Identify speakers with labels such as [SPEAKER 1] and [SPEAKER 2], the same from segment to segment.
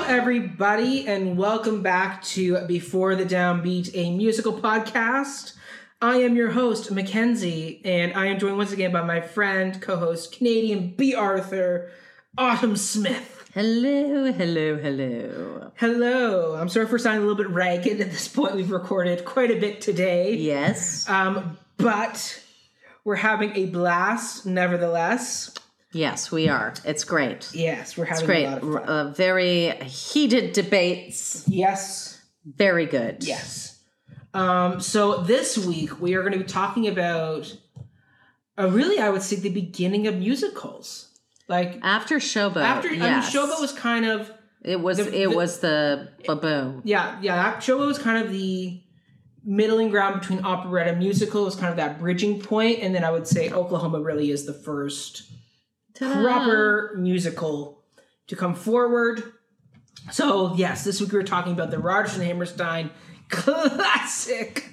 [SPEAKER 1] everybody, and welcome back to Before the Downbeat, a musical podcast. I am your host, Mackenzie, and I am joined once again by my friend, co host, Canadian B. Arthur, Autumn Smith.
[SPEAKER 2] Hello, hello, hello.
[SPEAKER 1] Hello. I'm sorry for sounding a little bit ragged at this point. We've recorded quite a bit today.
[SPEAKER 2] Yes.
[SPEAKER 1] Um, but we're having a blast, nevertheless.
[SPEAKER 2] Yes, we are. It's great.
[SPEAKER 1] Yes, we're
[SPEAKER 2] It's
[SPEAKER 1] having
[SPEAKER 2] great.
[SPEAKER 1] a lot of fun.
[SPEAKER 2] Uh, very heated debates.
[SPEAKER 1] yes.
[SPEAKER 2] Very good.
[SPEAKER 1] Yes. Um, so this week we are going to be talking about, uh, really, I would say the beginning of musicals. Like
[SPEAKER 2] After Showboat.
[SPEAKER 1] after,
[SPEAKER 2] Oh, yes.
[SPEAKER 1] I mean, Showboat was kind of
[SPEAKER 2] It was.
[SPEAKER 1] the-
[SPEAKER 2] it
[SPEAKER 1] the-
[SPEAKER 2] was the baboon.
[SPEAKER 1] yeah, yeah. that- Showboat was kind of the middling ground between operetta and musical. It was kind of that bridging point, and then I would say Oklahoma really is the first
[SPEAKER 2] Ta-da.
[SPEAKER 1] proper musical to come forward. So yes, this week we were talking about the Rodgers and Hammerstein classic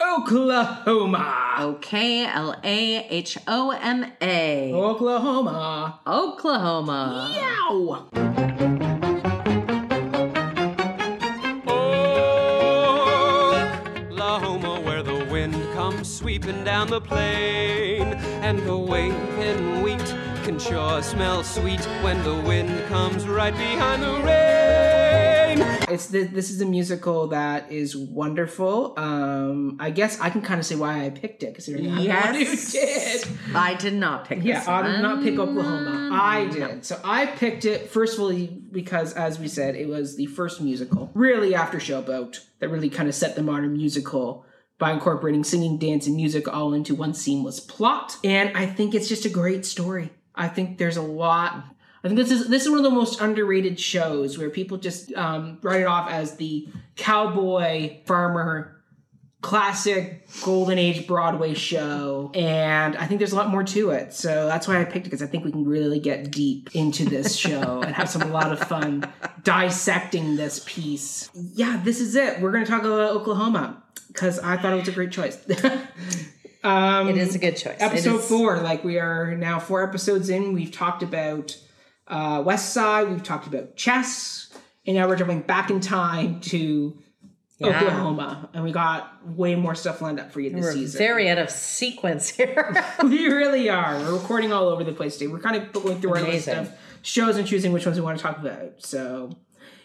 [SPEAKER 1] Oklahoma.
[SPEAKER 2] Okay. L A H O M A.
[SPEAKER 1] Oklahoma.
[SPEAKER 2] Oklahoma.
[SPEAKER 1] Yow.
[SPEAKER 3] Oklahoma, where the wind comes sweeping down the plain, and the waving wheat can sure smell sweet when the wind comes right behind the rain.
[SPEAKER 1] It's the, this is a musical that is wonderful. Um, I guess I can kind of say why I picked it considering I'm the one who did.
[SPEAKER 2] Yes. I did not pick
[SPEAKER 1] Yeah,
[SPEAKER 2] this
[SPEAKER 1] I did not pick
[SPEAKER 2] one.
[SPEAKER 1] Oklahoma. I did. So I picked it first of all because, as we said, it was the first musical, really after Showboat, that really kind of set the modern musical by incorporating singing, dance, and music all into one seamless plot. And I think it's just a great story. I think there's a lot. I think this is this is one of the most underrated shows where people just um, write it off as the cowboy farmer classic golden age Broadway show. And I think there's a lot more to it. So that's why I picked it because I think we can really get deep into this show and have some a lot of fun dissecting this piece. Yeah, this is it. We're going to talk about Oklahoma because I thought it was a great choice. um,
[SPEAKER 2] It is a good choice. It
[SPEAKER 1] episode
[SPEAKER 2] is-
[SPEAKER 1] four like we are now four episodes in we've talked about uh, west side we've talked about chess and now we're jumping back in time to oklahoma and we got way more stuff lined up for you this
[SPEAKER 2] We're
[SPEAKER 1] season
[SPEAKER 2] very out of sequence here.
[SPEAKER 1] we really are we're recording all over the place today we're kind of going through
[SPEAKER 2] Amazing.
[SPEAKER 1] our list of shows and choosing which ones we want to talk about so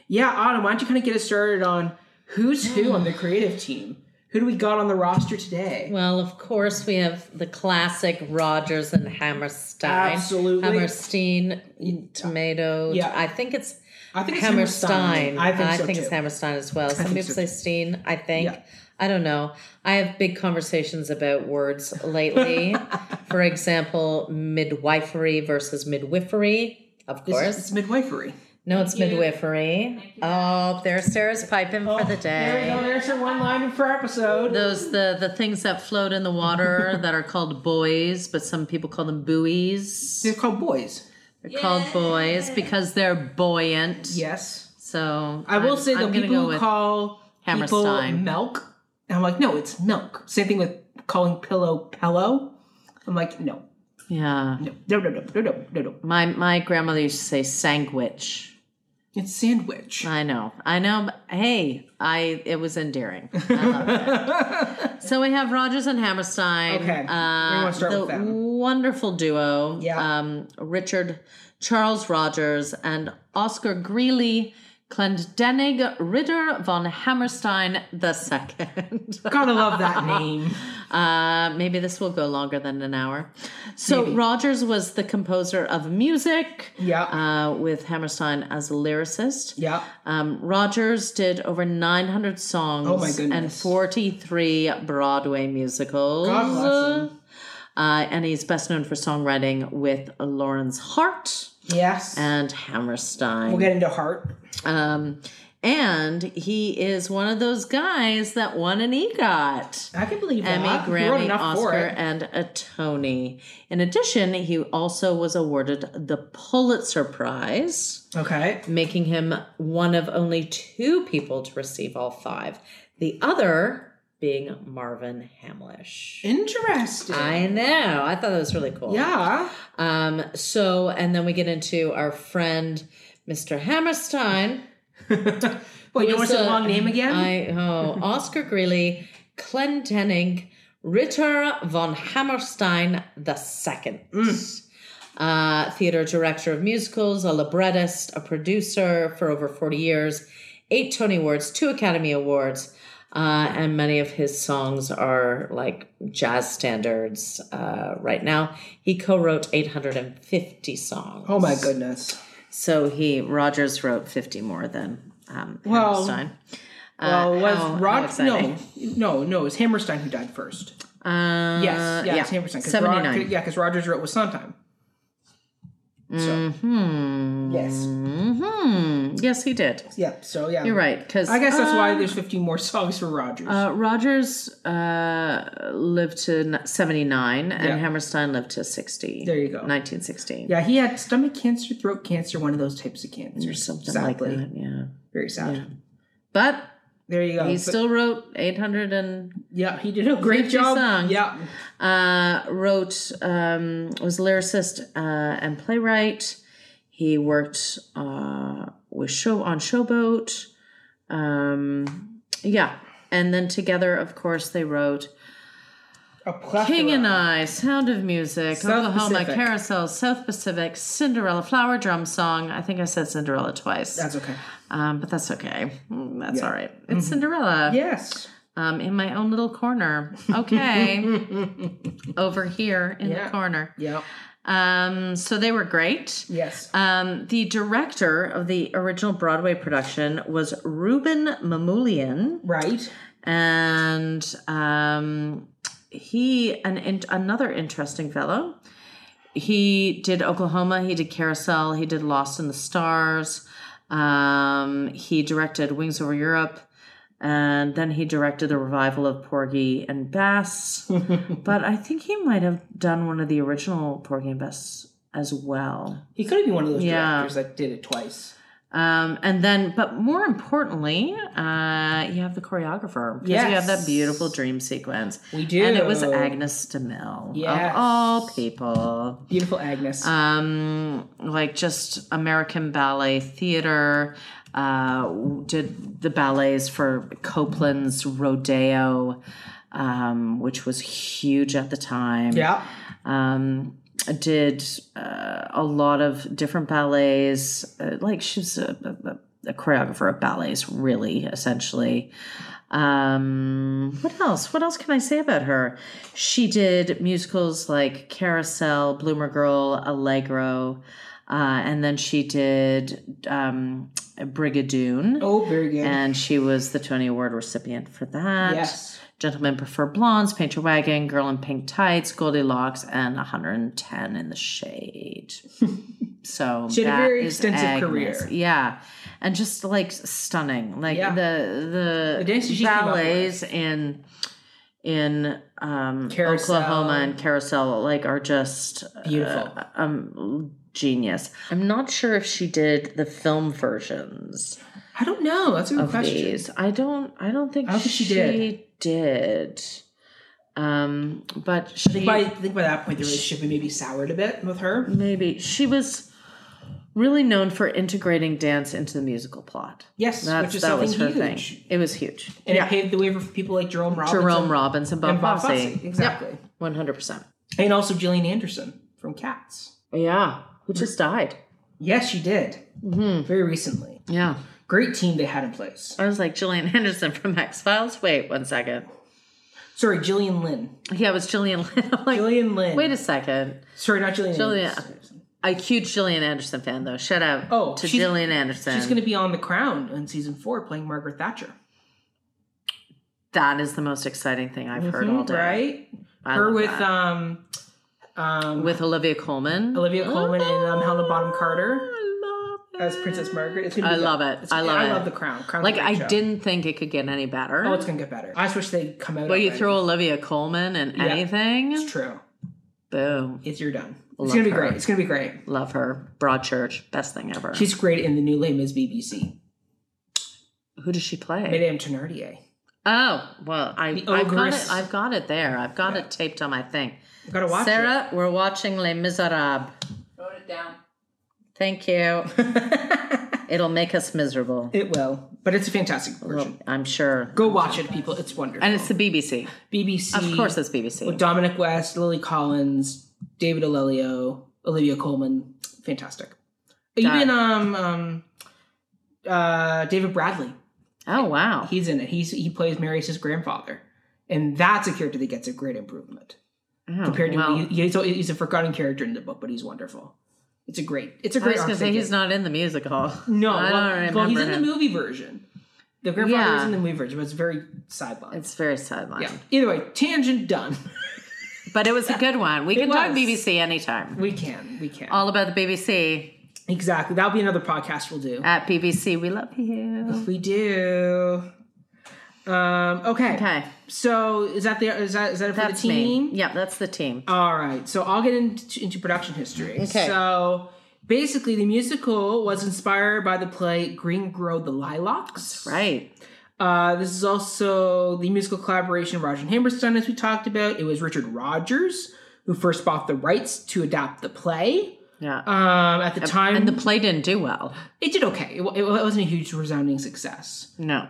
[SPEAKER 1] yeah autumn why don't you kind of get us started on who's who on the creative team who do we got on the roster today
[SPEAKER 2] Well, of course, we have the classic Rogers and Hammerstein.
[SPEAKER 1] Absolutely.
[SPEAKER 2] Hammerstein tomato.
[SPEAKER 1] Yeah.
[SPEAKER 2] I think it's
[SPEAKER 1] i think it's
[SPEAKER 2] Hammerstein.
[SPEAKER 1] i think so too.
[SPEAKER 2] it's Hammerstein as well. Some
[SPEAKER 1] think
[SPEAKER 2] people
[SPEAKER 1] so
[SPEAKER 2] say Steen, I think.
[SPEAKER 1] Yeah.
[SPEAKER 2] I don't know. I have big conversations about words lately. For example, midwifery versus midwifery. Of
[SPEAKER 1] It's-
[SPEAKER 2] course.
[SPEAKER 1] it's midwifery
[SPEAKER 2] no, it's midwifery. Oh, there's Sarah's piping for the day.
[SPEAKER 1] Oh, There you go. There's your one line per episode.
[SPEAKER 2] Those the the things that float in the water that are called buoys, but some people call them buoys.
[SPEAKER 1] They're called boys.
[SPEAKER 2] They're called buoys because they're buoyant.
[SPEAKER 1] Yes.
[SPEAKER 2] So
[SPEAKER 1] I will
[SPEAKER 2] I'm-
[SPEAKER 1] say
[SPEAKER 2] I'm
[SPEAKER 1] the
[SPEAKER 2] gonna
[SPEAKER 1] people
[SPEAKER 2] go
[SPEAKER 1] who
[SPEAKER 2] with-
[SPEAKER 1] call people
[SPEAKER 2] Hammerstein.
[SPEAKER 1] milk, and I'm like, no, it's milk. Same thing with calling pillow pillow. I'm like, no,
[SPEAKER 2] yeah.
[SPEAKER 1] no, no, no, no, no, no, no, no.
[SPEAKER 2] My my grandmother used to say sandwich.
[SPEAKER 1] It's sandwich.
[SPEAKER 2] I know, I know. but Hey, I it was endearing. I loved it. so we have Rogers and Hammerstein.
[SPEAKER 1] Okay. We
[SPEAKER 2] uh,
[SPEAKER 1] wanna start
[SPEAKER 2] the
[SPEAKER 1] with them.
[SPEAKER 2] wonderful duo.
[SPEAKER 1] Yeah.
[SPEAKER 2] um, Richard Charles Rogers and Oscar Greeley. Clendenig Ritter von Hammerstein the second.
[SPEAKER 1] Gotta love that name.
[SPEAKER 2] Uh, maybe this will go longer than an hour. So
[SPEAKER 1] Maybe.
[SPEAKER 2] Rogers was the composer of music,
[SPEAKER 1] Yeah.
[SPEAKER 2] uh, with Hammerstein as a lyricist.
[SPEAKER 1] yeah.
[SPEAKER 2] Um, Rogers did over 900 songs
[SPEAKER 1] Oh my goodness.
[SPEAKER 2] and 43 Broadway musicals.
[SPEAKER 1] God bless him.
[SPEAKER 2] Uh, and he's best known for songwriting with Lawrence Hart
[SPEAKER 1] Yes.
[SPEAKER 2] and Hammerstein.
[SPEAKER 1] we'll get into heart.
[SPEAKER 2] um, and he is one of those guys that won an E EGOT.
[SPEAKER 1] I can believe
[SPEAKER 2] Emmy,
[SPEAKER 1] that. He wrote
[SPEAKER 2] Grammy,
[SPEAKER 1] enough for
[SPEAKER 2] Oscar,
[SPEAKER 1] it.
[SPEAKER 2] and a Tony. In addition, he also was awarded the Pulitzer Prize
[SPEAKER 1] Okay.
[SPEAKER 2] making him one of only two people to receive all five. The other being Marvin Hamlish.
[SPEAKER 1] Interesting.
[SPEAKER 2] I know. I thought that was really cool.
[SPEAKER 1] yeah.
[SPEAKER 2] Um, so, and then we get into our friend, Mr. Hammerstein,
[SPEAKER 1] Well, you know what's
[SPEAKER 2] Was,
[SPEAKER 1] a
[SPEAKER 2] uh,
[SPEAKER 1] long name again?
[SPEAKER 2] I oh Oscar Greeley, Clentenning, Ritter von Hammerstein the second.
[SPEAKER 1] Mm.
[SPEAKER 2] Uh, theater director of musicals, a librettist, a producer for over 40 years, eight Tony Awards, two Academy Awards, uh, and many of his songs are like jazz standards uh, right now. He co wrote 850 songs.
[SPEAKER 1] oh my goodness.
[SPEAKER 2] So he Rogers wrote fifty more than um,
[SPEAKER 1] Well,
[SPEAKER 2] Hammerstein. Uh,
[SPEAKER 1] Well, it was
[SPEAKER 2] how- how
[SPEAKER 1] Rod? no,
[SPEAKER 2] exciting.
[SPEAKER 1] no, no. It was Hammerstein who died first.
[SPEAKER 2] Uh,
[SPEAKER 1] Yes, yeah, it's
[SPEAKER 2] yeah,
[SPEAKER 1] Hammerstein. 'cause Rod-
[SPEAKER 2] seventy nine.
[SPEAKER 1] yeah, because Rogers wrote with Sondheim. So yes,
[SPEAKER 2] hmm Mm-hmm. Yes, he did.
[SPEAKER 1] yeah. So yeah, Uh, um,
[SPEAKER 2] You're right. Because
[SPEAKER 1] I guess that's why there's 15 more songs for Rogers.
[SPEAKER 2] uh, Rogers uh, lived to seventy nine, and
[SPEAKER 1] Yeah.
[SPEAKER 2] Hammerstein lived to sixty.
[SPEAKER 1] There you go.
[SPEAKER 2] Nineteen sixty.
[SPEAKER 1] yeah, he had stomach cancer, throat cancer, one of those types of
[SPEAKER 2] Or
[SPEAKER 1] cancers.
[SPEAKER 2] something
[SPEAKER 1] Sadly,
[SPEAKER 2] like that. Yeah.
[SPEAKER 1] very sad.
[SPEAKER 2] But
[SPEAKER 1] There you go.
[SPEAKER 2] he
[SPEAKER 1] Uh, But-
[SPEAKER 2] still wrote eight hundred and
[SPEAKER 1] yeah, he did a great
[SPEAKER 2] 50
[SPEAKER 1] job.
[SPEAKER 2] songs.
[SPEAKER 1] Yeah,
[SPEAKER 2] uh, wrote um, was a lyricist uh, and playwright. He worked uh, with show on Showboat. Um, yeah, and then together, of course, they wrote
[SPEAKER 1] a plethora.
[SPEAKER 2] King and I, Sound of Music,
[SPEAKER 1] South
[SPEAKER 2] Oklahoma
[SPEAKER 1] Pacific.
[SPEAKER 2] Carousel, South Pacific, Cinderella, Flower Drum Song. I think I said Cinderella twice,
[SPEAKER 1] That's okay.
[SPEAKER 2] um, but that's okay. Mm, That's
[SPEAKER 1] Yeah. Mm-hmm.
[SPEAKER 2] all right. It's Cinderella
[SPEAKER 1] Yes.
[SPEAKER 2] um, in my own little corner. Okay, over here in
[SPEAKER 1] Yeah.
[SPEAKER 2] the corner.
[SPEAKER 1] yeah.
[SPEAKER 2] Um, so they were great.
[SPEAKER 1] Yes.
[SPEAKER 2] Um, the director of the original Broadway production was Ruben Mamoulian,
[SPEAKER 1] Right.
[SPEAKER 2] and um, he an in, another interesting fellow. He did Oklahoma. He did Carousel. He did Lost in the Stars. Um, he directed Wings Over Europe. And then he directed the revival of Porgy and Bess. but I think he might have done one of the original Porgy and Bess as well.
[SPEAKER 1] He could have been one of those
[SPEAKER 2] Yeah.
[SPEAKER 1] directors that did it twice.
[SPEAKER 2] Um, and then, but more importantly, uh, you have the choreographer. Because you have that
[SPEAKER 1] Yes.
[SPEAKER 2] beautiful dream sequence.
[SPEAKER 1] We do.
[SPEAKER 2] And it was Agnes de Mille,
[SPEAKER 1] Yes.
[SPEAKER 2] of all people.
[SPEAKER 1] Beautiful Agnes.
[SPEAKER 2] Um, like just American Ballet Theater. Uh, did the ballets for Copeland's Rodeo, um, which was huge at the time
[SPEAKER 1] yeah.
[SPEAKER 2] um, did uh, a lot of different ballets. Uh, like she was a, a- a, a choreographer of ballets, really, essentially. Um, what else? What else can I say about her? She did musicals like Carousel, Bloomer Girl, Allegro, uh, and then she did um, Brigadoon.
[SPEAKER 1] Oh, very good.
[SPEAKER 2] And she was the Tony Award recipient for that.
[SPEAKER 1] yes.
[SPEAKER 2] Gentlemen Prefer Blondes, Paint Your Wagon, Girl in Pink Tights, Goldilocks, and 110 in the Shade. so
[SPEAKER 1] She had a
[SPEAKER 2] that
[SPEAKER 1] very
[SPEAKER 2] is
[SPEAKER 1] extensive
[SPEAKER 2] Agnes.
[SPEAKER 1] career.
[SPEAKER 2] Yeah. And just like stunning. Like
[SPEAKER 1] Yeah.
[SPEAKER 2] the the,
[SPEAKER 1] The dances she came up
[SPEAKER 2] ballets in in um,
[SPEAKER 1] Carousel.
[SPEAKER 2] Oklahoma and Carousel like are just
[SPEAKER 1] Beautiful.
[SPEAKER 2] uh, um genius. I'm not sure if she did the film versions
[SPEAKER 1] I don't know. That's a good
[SPEAKER 2] of
[SPEAKER 1] question.
[SPEAKER 2] these. I don't. I don't think,
[SPEAKER 1] I don't think she
[SPEAKER 2] she, did. Um, but
[SPEAKER 1] I
[SPEAKER 2] she
[SPEAKER 1] think by, I think by that point, the relationship had maybe soured a bit with her.
[SPEAKER 2] maybe she was really known for integrating dance into the musical plot.
[SPEAKER 1] Yes,
[SPEAKER 2] That's,
[SPEAKER 1] which is
[SPEAKER 2] that
[SPEAKER 1] something
[SPEAKER 2] was her
[SPEAKER 1] huge.
[SPEAKER 2] thing. It was huge.
[SPEAKER 1] And it paved the way for people like Jerome Robinson.
[SPEAKER 2] Jerome Robbins and Bob,
[SPEAKER 1] and Bob
[SPEAKER 2] Fosse.
[SPEAKER 1] Fosse. Exactly.
[SPEAKER 2] One hundred percent.
[SPEAKER 1] And also Gillian Anderson from Cats.
[SPEAKER 2] Yeah, who just died.
[SPEAKER 1] Yes, she did.
[SPEAKER 2] Mm-hmm.
[SPEAKER 1] Very recently.
[SPEAKER 2] Yeah,
[SPEAKER 1] Great team they had in place.
[SPEAKER 2] I was like Gillian Henderson from X Files. Wait one second.
[SPEAKER 1] Sorry, Gillian Lynn.
[SPEAKER 2] Yeah, it was Gillian. Lynn. I'm like,
[SPEAKER 1] Gillian Lynn.
[SPEAKER 2] wait a second.
[SPEAKER 1] Sorry, not Gillian.
[SPEAKER 2] Gillian-
[SPEAKER 1] Anderson.
[SPEAKER 2] A huge Gillian Anderson fan though. Shout out
[SPEAKER 1] Oh,
[SPEAKER 2] to
[SPEAKER 1] she's-
[SPEAKER 2] Gillian Anderson.
[SPEAKER 1] She's going to be on The Crown in season four, playing Margaret Thatcher.
[SPEAKER 2] That is the most exciting thing I've heard
[SPEAKER 1] Mhm,
[SPEAKER 2] all day.
[SPEAKER 1] Right?
[SPEAKER 2] I
[SPEAKER 1] her
[SPEAKER 2] love
[SPEAKER 1] with
[SPEAKER 2] that.
[SPEAKER 1] um, um,
[SPEAKER 2] with Olivia Coleman.
[SPEAKER 1] Olivia Colman and um, Helena Bonham Carter
[SPEAKER 2] I love
[SPEAKER 1] as
[SPEAKER 2] it.
[SPEAKER 1] Princess Margaret. It's gonna
[SPEAKER 2] I
[SPEAKER 1] good.
[SPEAKER 2] love it.
[SPEAKER 1] It's-
[SPEAKER 2] I love
[SPEAKER 1] I
[SPEAKER 2] it.
[SPEAKER 1] love The Crown. Crown's
[SPEAKER 2] Like
[SPEAKER 1] a great
[SPEAKER 2] I
[SPEAKER 1] show.
[SPEAKER 2] didn't think it could get any better.
[SPEAKER 1] Oh, it's gonna get better. I just wish they'd come out.
[SPEAKER 2] but you
[SPEAKER 1] already.
[SPEAKER 2] throw Olivia Coleman and
[SPEAKER 1] Yeah.
[SPEAKER 2] anything,
[SPEAKER 1] It's true.
[SPEAKER 2] boom.
[SPEAKER 1] It's you're done. It's
[SPEAKER 2] Love
[SPEAKER 1] gonna be
[SPEAKER 2] her.
[SPEAKER 1] great. It's gonna be great.
[SPEAKER 2] Love her. Broadchurch, best thing ever.
[SPEAKER 1] She's great in the new Les Mis BBC.
[SPEAKER 2] Who does she play?
[SPEAKER 1] Madame Thenardier.
[SPEAKER 2] Oh, well, I,
[SPEAKER 1] The
[SPEAKER 2] I've got
[SPEAKER 1] Ogress.
[SPEAKER 2] it. I've got it there. I've got it taped on my thing.
[SPEAKER 1] You gotta watch
[SPEAKER 2] Sarah, we're watching Les Miserables.
[SPEAKER 4] Wrote it down.
[SPEAKER 2] Thank you.
[SPEAKER 1] it.
[SPEAKER 2] It'll make us miserable.
[SPEAKER 1] It will, but it's a fantastic version.
[SPEAKER 2] I'm sure.
[SPEAKER 1] Go watch it, people. It's wonderful.
[SPEAKER 2] And it's the BBC.
[SPEAKER 1] BBC,
[SPEAKER 2] Of course, it's BBC.
[SPEAKER 1] with Dominic West, Lily Collins, David Alelio, Olivia Coleman. Fantastic. Even um um uh David Bradley,
[SPEAKER 2] oh wow.
[SPEAKER 1] he's in it. He's he plays Marius's grandfather, and that's a character that gets a great improvement
[SPEAKER 2] Oh,
[SPEAKER 1] compared to
[SPEAKER 2] well,
[SPEAKER 1] he- he's, a, he's a forgotten character in the book, but he's wonderful. It's a great. It's a
[SPEAKER 2] I was
[SPEAKER 1] great.
[SPEAKER 2] going to
[SPEAKER 1] arc
[SPEAKER 2] say
[SPEAKER 1] they
[SPEAKER 2] he's
[SPEAKER 1] did.
[SPEAKER 2] not in the musical.
[SPEAKER 1] No, well,
[SPEAKER 2] I don't remember
[SPEAKER 1] well, he's in
[SPEAKER 2] him.
[SPEAKER 1] the movie version. The grandfather
[SPEAKER 2] Yeah.
[SPEAKER 1] is in the movie version, but it's very sideline.
[SPEAKER 2] It's very sidelined,
[SPEAKER 1] yeah. Either way, tangent done.
[SPEAKER 2] but it was a good one. We can talk
[SPEAKER 1] was.
[SPEAKER 2] BBC anytime.
[SPEAKER 1] We can. We can.
[SPEAKER 2] All about the BBC
[SPEAKER 1] exactly. That'll be another podcast we'll do.
[SPEAKER 2] at BBC. We love you.
[SPEAKER 1] We do. Um, okay.
[SPEAKER 2] Okay,
[SPEAKER 1] So is that the is that is that it for
[SPEAKER 2] that's
[SPEAKER 1] the team? Oh.
[SPEAKER 2] me. Yeah, that's the team.
[SPEAKER 1] All right, so I'll get into, into production history.
[SPEAKER 2] Okay.
[SPEAKER 1] So basically, the musical was inspired by the play Green Grow the Lilacs.
[SPEAKER 2] Right.
[SPEAKER 1] Uh, this is also the musical collaboration of Roger and Hammerstein, as we talked about. It was Richard Rogers who first bought the rights to adapt the play.
[SPEAKER 2] Yeah.
[SPEAKER 1] Um, at the time,
[SPEAKER 2] and the play didn't do well.
[SPEAKER 1] it did okay. It, wa- it wasn't a huge resounding success.
[SPEAKER 2] No.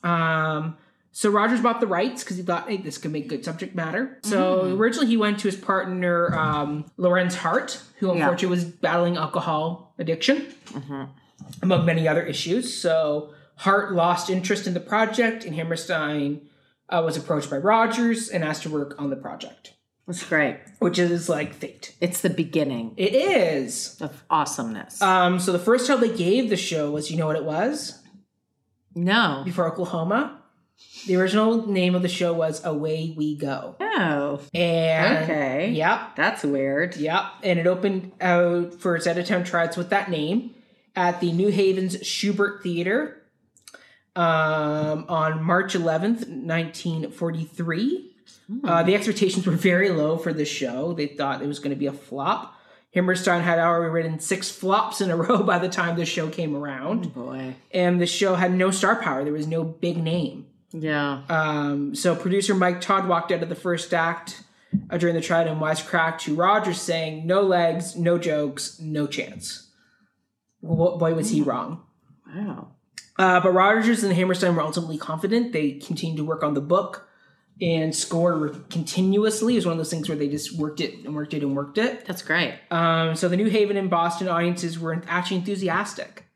[SPEAKER 1] Um, so Rogers bought the rights because he thought, hey, this could make good subject matter. So originally he went to his partner, um, Lorenz Hart, who
[SPEAKER 2] Yeah.
[SPEAKER 1] unfortunately was battling alcohol addiction, among many other issues. So Hart lost interest in the project, and Hammerstein uh, was approached by Rogers and asked to work on the project,
[SPEAKER 2] It's great.
[SPEAKER 1] which is like fate.
[SPEAKER 2] It's the beginning
[SPEAKER 1] It is.
[SPEAKER 2] of awesomeness.
[SPEAKER 1] Um, so the first title they gave the show was, you know what it was?
[SPEAKER 2] no.
[SPEAKER 1] before Oklahoma. The original name of the show was Away We Go.
[SPEAKER 2] No.
[SPEAKER 1] And
[SPEAKER 2] Okay.
[SPEAKER 1] Yep.
[SPEAKER 2] That's weird.
[SPEAKER 1] Yep. And it opened out for its out of town tries with that name at the New Haven's Schubert Theater um, on March 11th, 1943. Uh, the expectations were very low for the show. They thought it was going to be a flop. Hammerstein had already written six flops in a row by the time the show came around,
[SPEAKER 2] Boy.
[SPEAKER 1] and the show had no star power. There was no big name.
[SPEAKER 2] Yeah.
[SPEAKER 1] Um, so producer Mike Todd walked out of the first act uh, during the trial and wisecrack to Rogers saying, "No legs, no jokes, no chance." Wh- Boy, was he wrong.
[SPEAKER 2] Wow.
[SPEAKER 1] Uh, but Rogers and Hammerstein were ultimately confident. They continued to work on the book and score continuously. It was one of those things where they just worked it and worked it and worked it.
[SPEAKER 2] That's great.
[SPEAKER 1] Um, so the New Haven and Boston audiences were actually enthusiastic.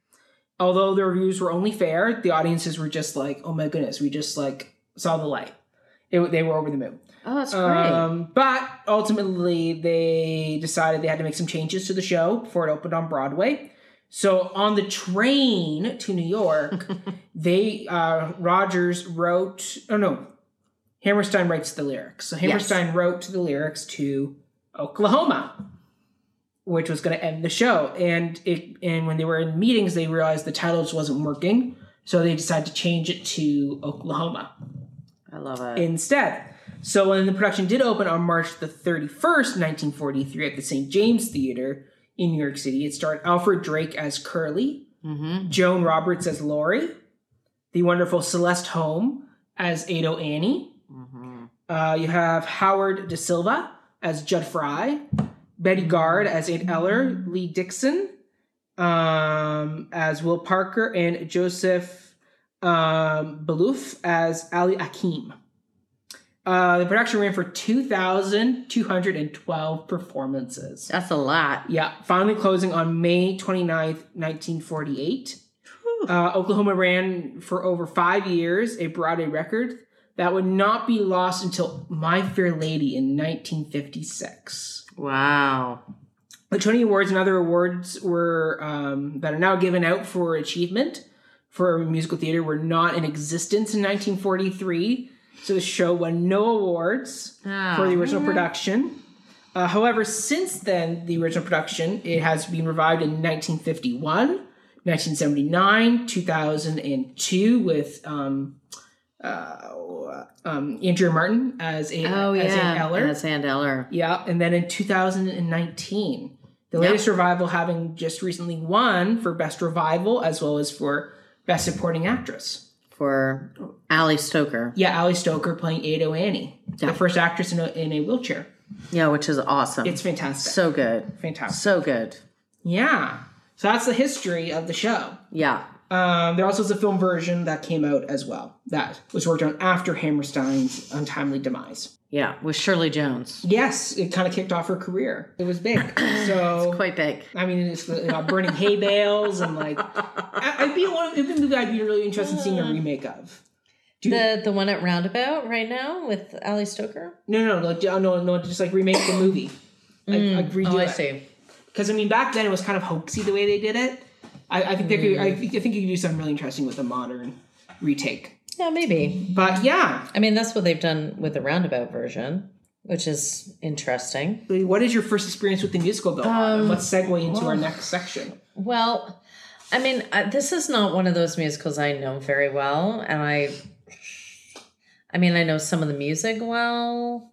[SPEAKER 1] Although the reviews were only fair, the audiences were just like, "Oh my goodness, we just like saw the light." It, they were over the moon.
[SPEAKER 2] Oh, that's great.
[SPEAKER 1] Um, but ultimately, they decided they had to make some changes to the show before it opened on Broadway. So on the train to New York, they uh, Rogers wrote. Oh no, Hammerstein writes the lyrics. So Hammerstein wrote the lyrics to Oklahoma, which was going to end the show. And it and when they were in meetings, they realized the title just wasn't working. So they decided to change it to Oklahoma
[SPEAKER 2] I love it.
[SPEAKER 1] instead. So when the production did open on March the 31st, 1943 at the St. James Theater in New York City, it starred Alfred Drake as Curly,
[SPEAKER 2] mm-hmm.
[SPEAKER 1] Joan Roberts as Laurie, the wonderful Celeste Holm as Ado Annie.
[SPEAKER 2] Mm-hmm.
[SPEAKER 1] Uh, you have Howard De Silva as Judd Fry, Betty Gard as Aid Eller, Lee Dixon um, as Will Parker, and Joseph um, Balouf as Ali Akim. Uh, the production ran for 2,212 performances.
[SPEAKER 2] That's a lot.
[SPEAKER 1] Yeah, finally closing on May 29th, 1948. Uh, Oklahoma ran for over five years, a Broadway record that would not be lost until My Fair Lady in 1956.
[SPEAKER 2] Wow.
[SPEAKER 1] The Tony Awards and other awards were um, that are now given out for achievement for musical theater were not in existence in 1943, so the show won no awards
[SPEAKER 2] Ah.
[SPEAKER 1] for the original production. Uh, however, since then, the original production it has been revived in 1951, 1979, 2002 with um, uh, um, Andrea Martin as a
[SPEAKER 2] Oh yeah.
[SPEAKER 1] as Ann Eller.
[SPEAKER 2] That's Ann Eller.
[SPEAKER 1] yeah, and then in 2019, the
[SPEAKER 2] Yeah.
[SPEAKER 1] latest revival having just recently won for best revival as well as for best supporting actress.
[SPEAKER 2] for Ali Stoker.
[SPEAKER 1] Yeah, Ali Stoker playing Ado Annie,
[SPEAKER 2] Yeah.
[SPEAKER 1] the first actress in a, in a wheelchair.
[SPEAKER 2] Yeah, which is awesome.
[SPEAKER 1] It's fantastic.
[SPEAKER 2] so good.
[SPEAKER 1] fantastic.
[SPEAKER 2] So good.
[SPEAKER 1] Yeah. So that's the history of the show.
[SPEAKER 2] Yeah.
[SPEAKER 1] Um, there also is a film version that came out as well that was worked on after Hammerstein's untimely demise.
[SPEAKER 2] Yeah. With Shirley Jones.
[SPEAKER 1] Yes, it kind of kicked off her career. It was big. So
[SPEAKER 2] Quite big.
[SPEAKER 1] I mean, it's about burning hay bales and like I, would be one. It'd be a movie I'd be really interested in seeing a remake of. Do
[SPEAKER 2] The the one at Roundabout right now with Ali Stoker.
[SPEAKER 1] no, no, no, like, no, no, no, just like remake the movie, like, like redo
[SPEAKER 2] Oh, I
[SPEAKER 1] it.
[SPEAKER 2] see.
[SPEAKER 1] Because I mean, back then it was kind of hoaxy the way they did it. I, I think they could.
[SPEAKER 2] Mm.
[SPEAKER 1] I, think- I think you could do something really interesting with a modern retake.
[SPEAKER 2] Yeah, maybe.
[SPEAKER 1] But yeah,
[SPEAKER 2] I mean, that's what they've done with the Roundabout version, which is interesting.
[SPEAKER 1] what is your first experience with the musical go on? And Let's segue into our next section.
[SPEAKER 2] Well, I mean, I, this is not one of those musicals I know very well, and I, I mean, I know some of the music well,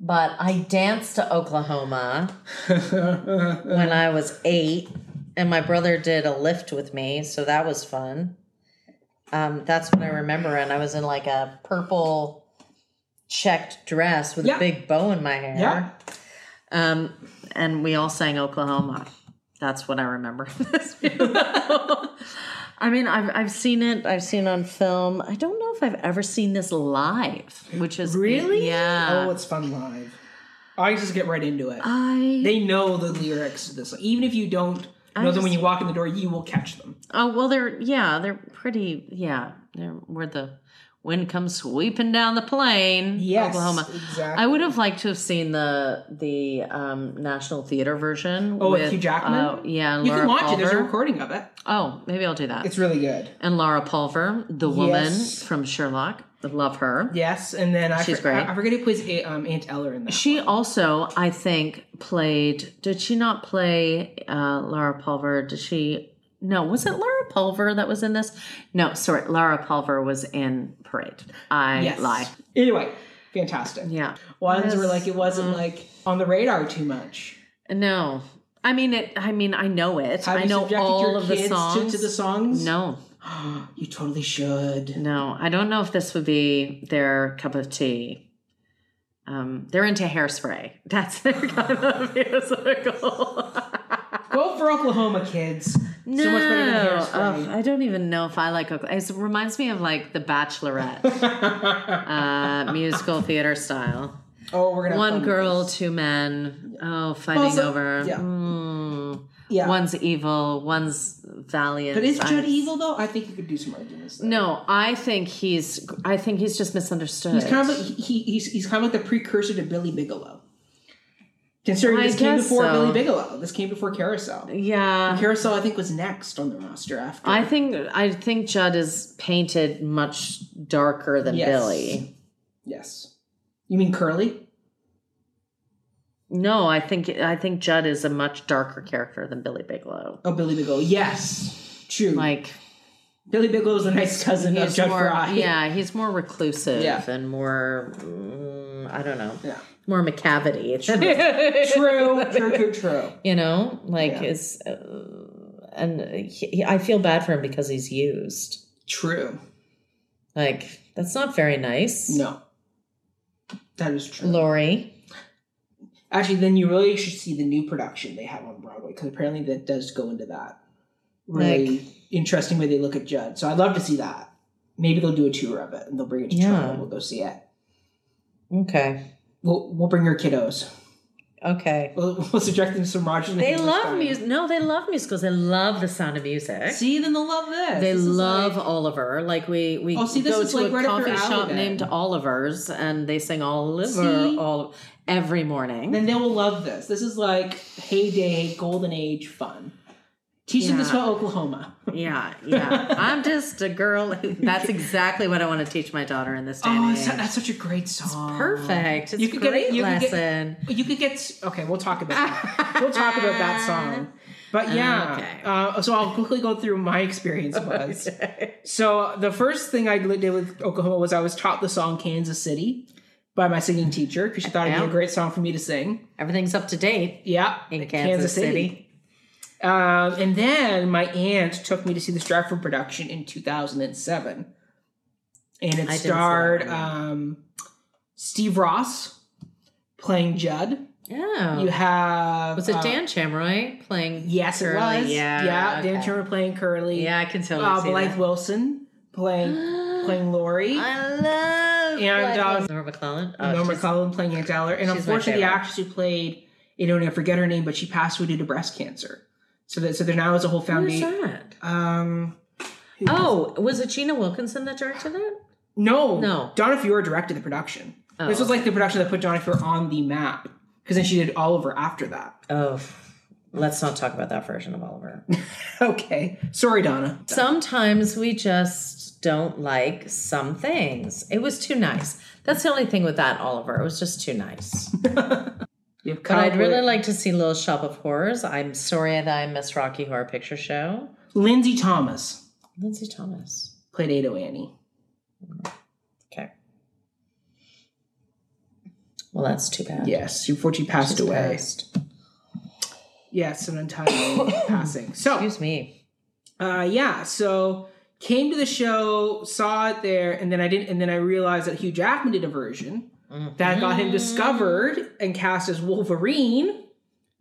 [SPEAKER 2] but I danced to Oklahoma when I was eight, and my brother did a lift with me, so that was fun. Um, that's what I remember, and I was in like a purple checked dress with
[SPEAKER 1] Yeah.
[SPEAKER 2] a big bow in my hair.
[SPEAKER 1] Yeah.
[SPEAKER 2] Um, and we all sang Oklahoma. That's what I remember. in this musical. I mean, I've I've seen it. I've seen it on film. I don't know if I've ever seen this live, which is
[SPEAKER 1] Really?
[SPEAKER 2] yeah. Um,
[SPEAKER 1] Oh, it's fun live. I just get right into it.
[SPEAKER 2] I
[SPEAKER 1] They know the lyrics to this. Even if you don't know them when you walk in the door, you will catch them.
[SPEAKER 2] oh well, they're yeah, they're pretty yeah. They're where the wind comes sweeping down the plain,
[SPEAKER 1] Yes,
[SPEAKER 2] Oklahoma.
[SPEAKER 1] exactly.
[SPEAKER 2] I would have liked to have seen the the um, National Theater version.
[SPEAKER 1] Oh, with Hugh Jackman?
[SPEAKER 2] uh, yeah, and
[SPEAKER 1] You
[SPEAKER 2] Laura
[SPEAKER 1] can watch it. There's a
[SPEAKER 2] Palmer.
[SPEAKER 1] recording of it.
[SPEAKER 2] Oh, maybe I'll do that.
[SPEAKER 1] It's really good.
[SPEAKER 2] And Laura Pulver, the woman
[SPEAKER 1] Yes.
[SPEAKER 2] from Sherlock. I Love her.
[SPEAKER 1] Yes, and then I,
[SPEAKER 2] She's
[SPEAKER 1] for-
[SPEAKER 2] great.
[SPEAKER 1] I, I forget who plays A- um, Aunt Eller in that.
[SPEAKER 2] She also, I think, played. Did she not play uh, Laura Pulver? Did she? No, was it Laura Pulver that was in this? No, sorry. Laura Pulver was in Parade. I
[SPEAKER 1] yes.
[SPEAKER 2] lie.
[SPEAKER 1] Anyway, fantastic.
[SPEAKER 2] Yeah.
[SPEAKER 1] Ones
[SPEAKER 2] Yes. Mm.
[SPEAKER 1] where like it wasn't like on the radar too much.
[SPEAKER 2] No. I mean it. I mean I know it.
[SPEAKER 1] Have
[SPEAKER 2] I
[SPEAKER 1] you
[SPEAKER 2] know
[SPEAKER 1] subjected
[SPEAKER 2] all
[SPEAKER 1] your
[SPEAKER 2] of
[SPEAKER 1] kids
[SPEAKER 2] the songs.
[SPEAKER 1] To, to the songs?
[SPEAKER 2] no,
[SPEAKER 1] you totally should.
[SPEAKER 2] no. I don't know if this would be their cup of tea. Um, they're into hairspray. That's their kind of musical.
[SPEAKER 1] Go for Oklahoma, kids. So much better than
[SPEAKER 2] Ugh,
[SPEAKER 1] hairspray.
[SPEAKER 2] I don't even know if I like Oklahoma. It reminds me of like The Bachelorette, uh, musical theater style.
[SPEAKER 1] oh, we're gonna have fun
[SPEAKER 2] One
[SPEAKER 1] with
[SPEAKER 2] girl,
[SPEAKER 1] this.
[SPEAKER 2] two men. Oh, fighting
[SPEAKER 1] Also-
[SPEAKER 2] over.
[SPEAKER 1] yeah.
[SPEAKER 2] Mm.
[SPEAKER 1] Yeah.
[SPEAKER 2] One's evil. One's valiant.
[SPEAKER 1] But is Judd
[SPEAKER 2] I'm-
[SPEAKER 1] evil though? I think you could do some arguments. There.
[SPEAKER 2] No, I think he's. I think he's just misunderstood.
[SPEAKER 1] He's kind of like, he, he's he's kind of like the precursor to Billy Bigelow. Considering
[SPEAKER 2] I
[SPEAKER 1] this came
[SPEAKER 2] guess
[SPEAKER 1] before
[SPEAKER 2] so.
[SPEAKER 1] Billy Bigelow, this came before Carousel.
[SPEAKER 2] yeah.
[SPEAKER 1] Carousel, I think, was next on the roster after.
[SPEAKER 2] I think I think Judd is painted much darker than
[SPEAKER 1] Yes.
[SPEAKER 2] Billy.
[SPEAKER 1] yes. You mean Curly?
[SPEAKER 2] No, I think I think Judd is a much darker character than Billy Bigelow.
[SPEAKER 1] Oh, Billy Bigelow. Yes, true.
[SPEAKER 2] Like
[SPEAKER 1] Billy Bigelow is the nice cousin of
[SPEAKER 2] he's
[SPEAKER 1] Judd
[SPEAKER 2] more,
[SPEAKER 1] Fry.
[SPEAKER 2] yeah, he's more reclusive
[SPEAKER 1] Yeah.
[SPEAKER 2] and more mm, I don't know,
[SPEAKER 1] Yeah.
[SPEAKER 2] more macavity.
[SPEAKER 1] True. True. True. True.
[SPEAKER 2] you know, like
[SPEAKER 1] Yeah.
[SPEAKER 2] is uh, and he, he- I feel bad for him because he's used.
[SPEAKER 1] True.
[SPEAKER 2] Like that's not very nice.
[SPEAKER 1] No. That is true.
[SPEAKER 2] Lori.
[SPEAKER 1] Actually, then you really should see the new production they have on Broadway because apparently that does go into that really interesting way they look at Judd. So I'd love to see that. Maybe they'll do a tour of it and they'll bring it to
[SPEAKER 2] Yeah.
[SPEAKER 1] Toronto. and We'll go see it.
[SPEAKER 2] Okay.
[SPEAKER 1] We'll, we'll bring your kiddos.
[SPEAKER 2] Okay.
[SPEAKER 1] We'll, we'll subject them to some Roger. and
[SPEAKER 2] They love
[SPEAKER 1] Hammerstein.
[SPEAKER 2] music. No, they love musicals. They love the sound of music.
[SPEAKER 1] See, then they'll love this.
[SPEAKER 2] They
[SPEAKER 1] This is
[SPEAKER 2] love
[SPEAKER 1] like-
[SPEAKER 2] Oliver. Like we we
[SPEAKER 1] Oh, see, this
[SPEAKER 2] go
[SPEAKER 1] is
[SPEAKER 2] to
[SPEAKER 1] like
[SPEAKER 2] a
[SPEAKER 1] right up
[SPEAKER 2] coffee
[SPEAKER 1] their alley
[SPEAKER 2] shop
[SPEAKER 1] then.
[SPEAKER 2] named Oliver's, and they sing Oliver
[SPEAKER 1] See?
[SPEAKER 2] all every morning.
[SPEAKER 1] then they will love this. This is like heyday, golden age fun. Teach them this
[SPEAKER 2] Yeah.
[SPEAKER 1] about Oklahoma.
[SPEAKER 2] yeah, yeah. I'm just a girl. who- That's exactly what I want to teach my daughter in this day.
[SPEAKER 1] Oh,
[SPEAKER 2] and
[SPEAKER 1] it's-
[SPEAKER 2] age.
[SPEAKER 1] that's such a great song.
[SPEAKER 2] perfect. It's
[SPEAKER 1] You
[SPEAKER 2] you
[SPEAKER 1] could
[SPEAKER 2] could
[SPEAKER 1] get
[SPEAKER 2] great
[SPEAKER 1] it- you could get-
[SPEAKER 2] lesson.
[SPEAKER 1] You could get okay. We'll talk about that. we'll talk about that song. But yeah,
[SPEAKER 2] Okay.
[SPEAKER 1] uh, so I'll quickly go through my experience was. So the first thing I did with Oklahoma was I was taught the song Kansas City by my singing teacher because she thought it'd be
[SPEAKER 2] Yeah.
[SPEAKER 1] a great song for me to sing.
[SPEAKER 2] Everything's up to date
[SPEAKER 1] Yeah,
[SPEAKER 2] in Kansas, City.
[SPEAKER 1] Um, and then my aunt took me to see the Stratford production in 2007. And it um,
[SPEAKER 2] didn't see that
[SPEAKER 1] starred
[SPEAKER 2] one.
[SPEAKER 1] um, Steve Ross playing Judd.
[SPEAKER 2] Oh.
[SPEAKER 1] You have
[SPEAKER 2] was it
[SPEAKER 1] uh,
[SPEAKER 2] Dan Chamroy playing?
[SPEAKER 1] Yes,
[SPEAKER 2] Curly?
[SPEAKER 1] it was.
[SPEAKER 2] Yeah.
[SPEAKER 1] yeah. Dan
[SPEAKER 2] okay.
[SPEAKER 1] Turner playing Curly.
[SPEAKER 2] Yeah, I can totally
[SPEAKER 1] uh,
[SPEAKER 2] see
[SPEAKER 1] Blythe
[SPEAKER 2] that.
[SPEAKER 1] Wilson playing playing Lori.
[SPEAKER 2] I
[SPEAKER 1] And,
[SPEAKER 2] love Blythe
[SPEAKER 1] uh,
[SPEAKER 2] Wilson. Norma McClellan. Oh,
[SPEAKER 1] Norma
[SPEAKER 2] she's-
[SPEAKER 1] Cullen playing Aunt Dowler, and
[SPEAKER 2] she's my
[SPEAKER 1] unfortunately, the
[SPEAKER 2] favorite.
[SPEAKER 1] actress who played Idonia, I forget her name, but she passed away due to breast cancer. So that so there now is a whole
[SPEAKER 2] Who's
[SPEAKER 1] foundation.
[SPEAKER 2] that?
[SPEAKER 1] Um, who-
[SPEAKER 2] Oh, was it Gina Wilkinson that directed it?
[SPEAKER 1] no,
[SPEAKER 2] No.
[SPEAKER 1] Donna Fuhrer directed the production.
[SPEAKER 2] Oh.
[SPEAKER 1] This was like the production that put Donna Fuhrer on the map because then she did Oliver after that.
[SPEAKER 2] Oh, let's not talk about that version of Oliver.
[SPEAKER 1] Okay, sorry, Donna.
[SPEAKER 2] Sometimes we just don't like some things. It was too nice. That's the only thing with that Oliver. It was just too nice.
[SPEAKER 1] You have cut
[SPEAKER 2] But
[SPEAKER 1] out
[SPEAKER 2] I'd really
[SPEAKER 1] where-
[SPEAKER 2] like to see Little Shop of Horrors. I'm sorry that I missed Rocky Horror Picture Show.
[SPEAKER 1] Lindsay Thomas
[SPEAKER 2] Lindsay Thomas.
[SPEAKER 1] played Ado Annie.
[SPEAKER 2] Okay. Well, that's too bad.
[SPEAKER 1] Yes, she unfortunately passed
[SPEAKER 2] She's
[SPEAKER 1] away.
[SPEAKER 2] passed.
[SPEAKER 1] Yes, an untimely passing. So
[SPEAKER 2] Excuse me.
[SPEAKER 1] uh yeah so came to the show saw it there and then i didn't and then i realized that hugh jackman did a version that got him
[SPEAKER 2] Mm.
[SPEAKER 1] discovered and cast as wolverine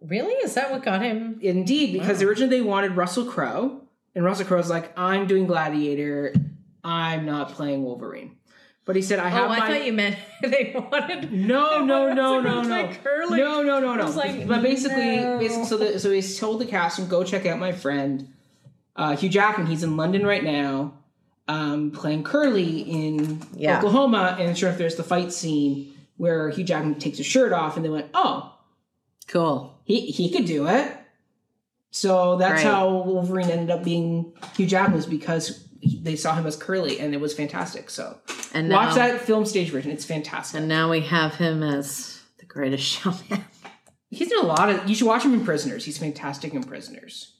[SPEAKER 2] Really? Is that what got him?
[SPEAKER 1] indeed because originally they wanted russell crowe and russell crowe's like i'm doing gladiator i'm not playing wolverine but he said i have
[SPEAKER 2] oh, I
[SPEAKER 1] my
[SPEAKER 2] thought you meant they wanted.
[SPEAKER 1] no, no, no,
[SPEAKER 2] It's
[SPEAKER 1] no, no,
[SPEAKER 2] like curling.
[SPEAKER 1] no, no, no, no.
[SPEAKER 2] It's like,
[SPEAKER 1] but basically,
[SPEAKER 2] no.
[SPEAKER 1] basically, so the, so he told the cast and go check out my friend uh, Hugh Jackman. He's in London right now, um, playing Curly in
[SPEAKER 2] Yeah.
[SPEAKER 1] Oklahoma. And sure, if there's the fight scene where Hugh Jackman takes his shirt off, and they went, oh,
[SPEAKER 2] Cool.
[SPEAKER 1] he he could do it. So that's
[SPEAKER 2] Right.
[SPEAKER 1] how Wolverine ended up being Hugh Jackman was because he- they saw him as Curly, and it was fantastic. So
[SPEAKER 2] And now,
[SPEAKER 1] watch that film stage version; it's fantastic.
[SPEAKER 2] And now we have him as the greatest showman.
[SPEAKER 1] He's in a lot of. You should watch him in Prisoners. He's fantastic in Prisoners.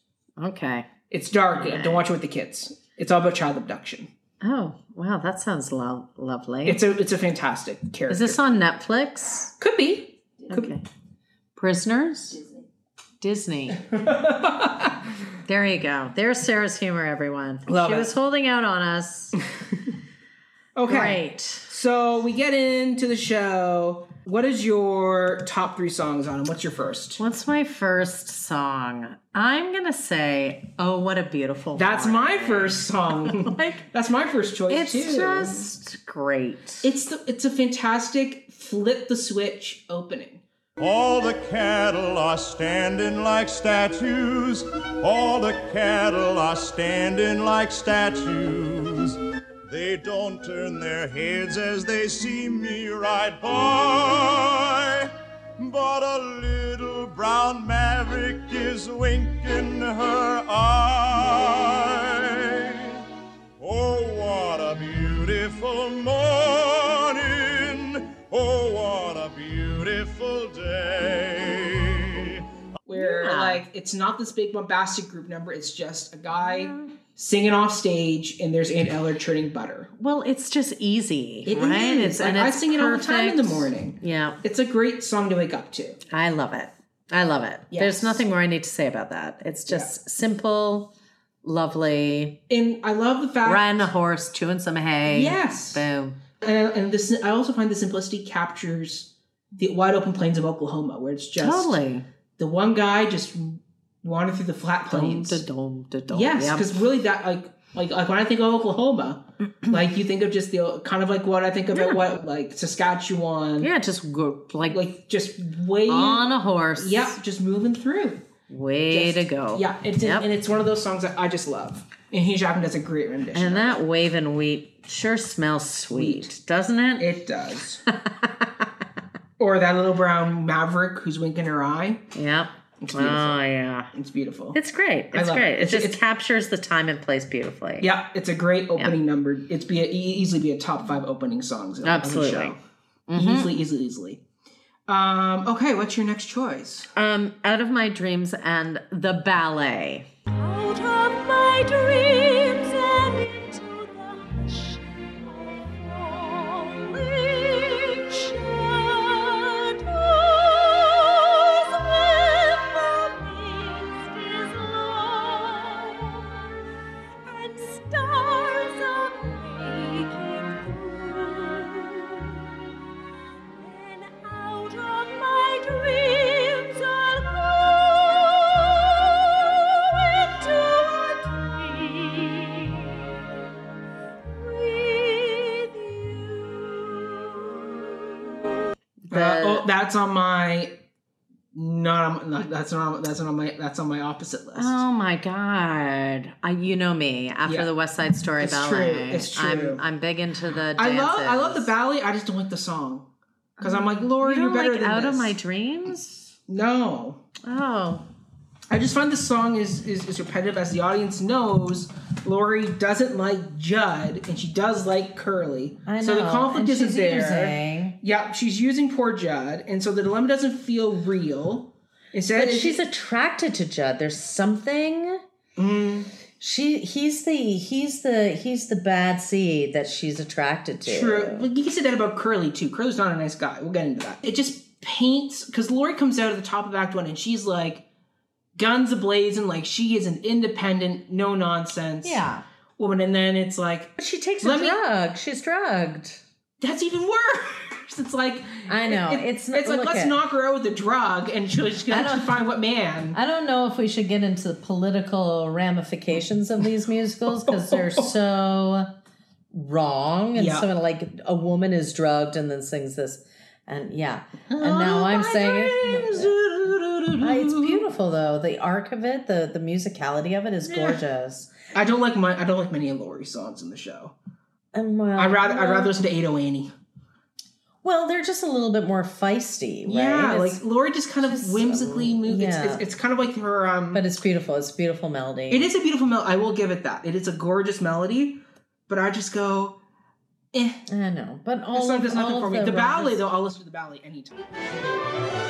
[SPEAKER 2] okay.
[SPEAKER 1] It's dark. Don't watch it with the kids. It's all about child abduction.
[SPEAKER 2] Oh wow, that sounds lo- lovely.
[SPEAKER 1] It's a it's a fantastic character.
[SPEAKER 2] Is this on Netflix?
[SPEAKER 1] Could be. Could
[SPEAKER 2] Okay. Prisoners. Disney. There you go. There's Sarah's humor, everyone.
[SPEAKER 1] Love
[SPEAKER 2] she
[SPEAKER 1] it.
[SPEAKER 2] was holding out on us.
[SPEAKER 1] okay.
[SPEAKER 2] Great.
[SPEAKER 1] So we get into the show. What is your top three songs on him? What's your first?
[SPEAKER 2] What's my first song? I'm gonna say, "Oh, what a beautiful."
[SPEAKER 1] That's
[SPEAKER 2] Morning."
[SPEAKER 1] my first song.
[SPEAKER 2] Like
[SPEAKER 1] That's my first choice
[SPEAKER 2] it's
[SPEAKER 1] too.
[SPEAKER 2] just great.
[SPEAKER 1] it's the it's a fantastic flip the switch opening.
[SPEAKER 4] All the cattle are standing like statues. All the cattle are standing like statues. They don't turn their heads as they see me ride by. But a little brown maverick is winking her eye. Oh, what a beautiful morning! Oh, what a beautiful day!
[SPEAKER 1] where
[SPEAKER 2] Yeah.
[SPEAKER 1] like it's not this big bombastic group number. It's just a guy singing off stage, and there's Aunt Eller churning butter.
[SPEAKER 2] Well, it's just easy,
[SPEAKER 1] It
[SPEAKER 2] right?
[SPEAKER 1] is.
[SPEAKER 2] It's
[SPEAKER 1] Like,
[SPEAKER 2] and
[SPEAKER 1] I
[SPEAKER 2] it's
[SPEAKER 1] sing it all the time in the
[SPEAKER 2] perfect.
[SPEAKER 1] morning.
[SPEAKER 2] Yeah,
[SPEAKER 1] It's a great song to wake up to.
[SPEAKER 2] I love it. I love it.
[SPEAKER 1] Yes.
[SPEAKER 2] There's nothing more I need to say about that. It's just simple, lovely.
[SPEAKER 1] And I love the fact.
[SPEAKER 2] Riding a horse, chewing some hay.
[SPEAKER 1] Uh, Yes.
[SPEAKER 2] Boom.
[SPEAKER 1] And, and this, I also find the simplicity captures the wide open plains of Oklahoma, where it's just
[SPEAKER 2] Totally.
[SPEAKER 1] the one guy just wandered through the flat
[SPEAKER 2] Dum,
[SPEAKER 1] plains.
[SPEAKER 2] da, dum, da, dum.
[SPEAKER 1] Yes,
[SPEAKER 2] Yep.
[SPEAKER 1] because really that like like like when I think of Oklahoma, like you think of just the kind of like what I think about what like Saskatchewan,
[SPEAKER 2] Yeah, just go, like,
[SPEAKER 1] like just way
[SPEAKER 2] on a horse.
[SPEAKER 1] yeah, just moving through.
[SPEAKER 2] Way
[SPEAKER 1] Just-
[SPEAKER 2] to go.
[SPEAKER 1] Yeah, it's
[SPEAKER 2] Yep.
[SPEAKER 1] and it's one of those songs that I just love. And Hugh Jackman does a great rendition.
[SPEAKER 2] And that waving wheat sure smells sweet, doesn't it?
[SPEAKER 1] it does. or that little brown maverick who's winking her eye.
[SPEAKER 2] Yep. Oh yeah.
[SPEAKER 1] It's beautiful.
[SPEAKER 2] It's great. It's
[SPEAKER 1] love
[SPEAKER 2] great.
[SPEAKER 1] it.
[SPEAKER 2] It,
[SPEAKER 1] It's-
[SPEAKER 2] just
[SPEAKER 1] it's-
[SPEAKER 2] captures the time and place beautifully.
[SPEAKER 1] yeah, it's a great opening number. It's be e easily be a top five opening songs. on- on the
[SPEAKER 2] Absolutely. Mm-hmm.
[SPEAKER 1] show. Easily, easily, easily. Um, okay, what's your next choice?
[SPEAKER 2] Um, out of my dreams and the ballet.
[SPEAKER 5] Out of my dreams and into the hush of falling shadows, when the mist is low and stars are breaking through. Then out of my dreams
[SPEAKER 1] Uh,
[SPEAKER 2] The-
[SPEAKER 1] oh, that's on my. Not on, not- that's not on- that's not on my that's on my opposite list.
[SPEAKER 2] Oh my god! I, you know me after
[SPEAKER 1] Yeah.
[SPEAKER 2] the West Side Story
[SPEAKER 1] It's true,
[SPEAKER 2] ballet.
[SPEAKER 1] it's true.
[SPEAKER 2] I'm I'm big into the. Dances. Um,
[SPEAKER 1] I love I love the ballet. I just don't like the song because I'm like Lord,
[SPEAKER 2] You
[SPEAKER 1] you are
[SPEAKER 2] don't
[SPEAKER 1] better
[SPEAKER 2] like
[SPEAKER 1] than
[SPEAKER 2] Out
[SPEAKER 1] this.
[SPEAKER 2] of My Dreams?
[SPEAKER 1] no,
[SPEAKER 2] Oh,
[SPEAKER 1] I just find the song is, is is repetitive. As the audience knows, Lori doesn't like Judd, and she does like Curly.
[SPEAKER 2] I know.
[SPEAKER 1] So the conflict
[SPEAKER 2] And
[SPEAKER 1] isn't
[SPEAKER 2] she's
[SPEAKER 1] there.
[SPEAKER 2] using-
[SPEAKER 1] Yeah, she's using poor Judd, and so the dilemma doesn't feel real. Instead,
[SPEAKER 2] But she's attracted to Judd. There's something.
[SPEAKER 1] Mm.
[SPEAKER 2] She he's the he's the he's the bad seed that she's attracted to.
[SPEAKER 1] True. Well, you can say that about Curly too. Curly's not a nice guy. We'll get into that. It just paints because Lori comes out at the top of Act One and she's like, guns ablazing, like she is an independent, no nonsense
[SPEAKER 2] Yeah.
[SPEAKER 1] woman. And then it's like,
[SPEAKER 2] But she takes
[SPEAKER 1] Let
[SPEAKER 2] a
[SPEAKER 1] me-
[SPEAKER 2] drug. She's drugged.
[SPEAKER 1] that's even worse. It's like
[SPEAKER 2] I know.
[SPEAKER 1] it-
[SPEAKER 2] it's
[SPEAKER 1] it's like
[SPEAKER 2] look
[SPEAKER 1] let's
[SPEAKER 2] at-
[SPEAKER 1] knock her out with a drug and she'll she's gonna
[SPEAKER 2] I don't-
[SPEAKER 1] actually find what man.
[SPEAKER 2] I don't know if we should get into the political ramifications of these musicals because they're so wrong and
[SPEAKER 1] Yeah.
[SPEAKER 2] so like a woman is drugged and then sings this and yeah and now I'm saying it. Uh, It's
[SPEAKER 1] Mm-hmm.
[SPEAKER 2] beautiful though. The arc of it, the the musicality of it is gorgeous.
[SPEAKER 1] I don't like my I don't like many of Lori's songs in the show.
[SPEAKER 2] And well,
[SPEAKER 1] I'd rather I'd rather listen to 80 Annie.
[SPEAKER 2] Well, they're just a little bit more feisty, right?
[SPEAKER 1] Yeah,
[SPEAKER 2] It's-
[SPEAKER 1] like Lori just kind of
[SPEAKER 2] just,
[SPEAKER 1] whimsically
[SPEAKER 2] um,
[SPEAKER 1] moves.
[SPEAKER 2] yeah.
[SPEAKER 1] It's, it's, it's kind of like her. Um,
[SPEAKER 2] but it's beautiful. It's a beautiful melody.
[SPEAKER 1] it is a beautiful melody. I will give it that. It is a gorgeous melody, but I just go, eh.
[SPEAKER 2] I know, but all
[SPEAKER 1] This song
[SPEAKER 2] of-
[SPEAKER 1] does
[SPEAKER 2] all
[SPEAKER 1] nothing
[SPEAKER 2] of
[SPEAKER 1] for me.
[SPEAKER 2] the
[SPEAKER 1] The ballet,
[SPEAKER 2] Roberts-
[SPEAKER 1] though, I'll listen to the ballet anytime.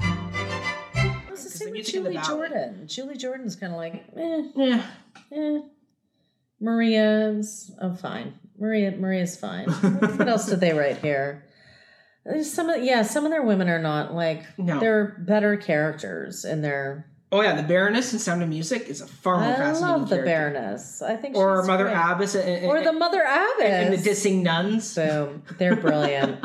[SPEAKER 2] It's the
[SPEAKER 1] Because
[SPEAKER 2] same
[SPEAKER 1] the
[SPEAKER 2] with
[SPEAKER 1] music in the
[SPEAKER 2] Julie
[SPEAKER 1] ballet.
[SPEAKER 2] Jordan. Julie Jordan's kind of like, eh,
[SPEAKER 1] Yeah.
[SPEAKER 2] eh. Maria's, oh, fine. Maria, Maria's fine. what else did they write here? There's some of, yeah, some of their women are not like
[SPEAKER 1] No.
[SPEAKER 2] they're better characters in their.
[SPEAKER 1] Oh yeah, the Baroness in Sound of Music is a far more
[SPEAKER 2] I
[SPEAKER 1] fascinating
[SPEAKER 2] love the
[SPEAKER 1] character.
[SPEAKER 2] Baroness. I think
[SPEAKER 1] Or
[SPEAKER 2] she's
[SPEAKER 1] Mother
[SPEAKER 2] great.
[SPEAKER 1] Abbess and, and-
[SPEAKER 2] or the Mother
[SPEAKER 1] and the
[SPEAKER 2] Abbess.
[SPEAKER 1] dissing nuns.
[SPEAKER 2] so they're brilliant,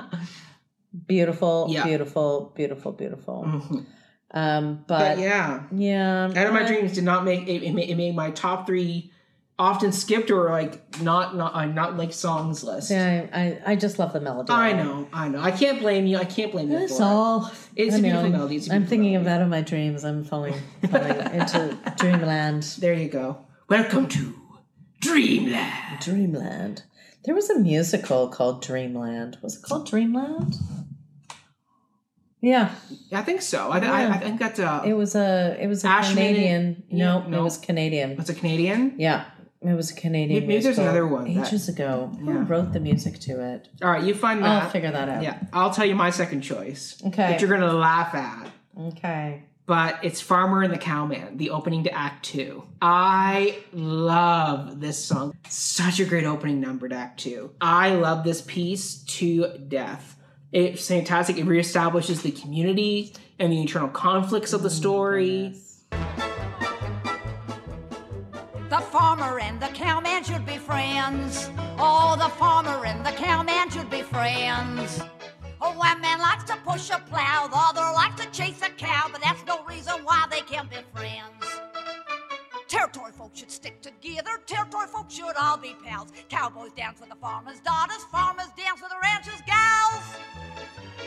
[SPEAKER 2] beautiful,
[SPEAKER 1] Yeah.
[SPEAKER 2] beautiful, beautiful, beautiful.
[SPEAKER 1] Mhm.
[SPEAKER 2] Um, but,
[SPEAKER 1] But yeah,
[SPEAKER 2] yeah,
[SPEAKER 1] Out of My
[SPEAKER 2] I-
[SPEAKER 1] Dreams did not make it. It made, it made my top three often skipped or like not not uh, not like songs list.
[SPEAKER 2] Yeah, I, I, I just love the melody.
[SPEAKER 1] I know, I know. I can't blame you. I can't blame you.
[SPEAKER 2] That's
[SPEAKER 1] for it.
[SPEAKER 2] all.
[SPEAKER 1] It's
[SPEAKER 2] I
[SPEAKER 1] a beautiful melody, it's a
[SPEAKER 2] I'm
[SPEAKER 1] beautiful
[SPEAKER 2] thinking
[SPEAKER 1] melody.
[SPEAKER 2] of out of my dreams. I'm falling, falling into dreamland.
[SPEAKER 1] There you go. Welcome to Dreamland.
[SPEAKER 2] Dreamland. There was a musical called Dreamland. Was it called Dreamland? Yeah,
[SPEAKER 1] I think so. I, th- I, I think that's
[SPEAKER 2] it
[SPEAKER 1] a
[SPEAKER 2] was a it was a
[SPEAKER 1] Ashman and-
[SPEAKER 2] Canadian. no,
[SPEAKER 1] no.
[SPEAKER 2] it was Canadian.
[SPEAKER 1] that's a Canadian.
[SPEAKER 2] Yeah, it was a Canadian.
[SPEAKER 1] Maybe- maybe there's
[SPEAKER 2] musical
[SPEAKER 1] another one that-
[SPEAKER 2] ages ago. Who
[SPEAKER 1] Yeah.
[SPEAKER 2] wrote the music to it?
[SPEAKER 1] All right, you find that.
[SPEAKER 2] I'll figure that out.
[SPEAKER 1] Yeah, I'll tell you my second choice.
[SPEAKER 2] Okay.
[SPEAKER 1] That you're gonna laugh at.
[SPEAKER 2] Okay.
[SPEAKER 1] But it's Farmer and the Cowman, the opening to Act Two. I love this song. Such a great opening number to Act Two. I love this piece to death. It's fantastic. It reestablishes the community and the internal conflicts of the story.
[SPEAKER 6] The farmer and the cowman should be friends. Oh, the farmer and the cowman should be friends. Oh, one man likes to push a plow, the other likes to chase a cow, but that's no reason why they can't be friends. Territory folks should stick together, territory folks should all be pals. Cowboys dance with the farmer's daughters, farmers dance with the rancher's gals.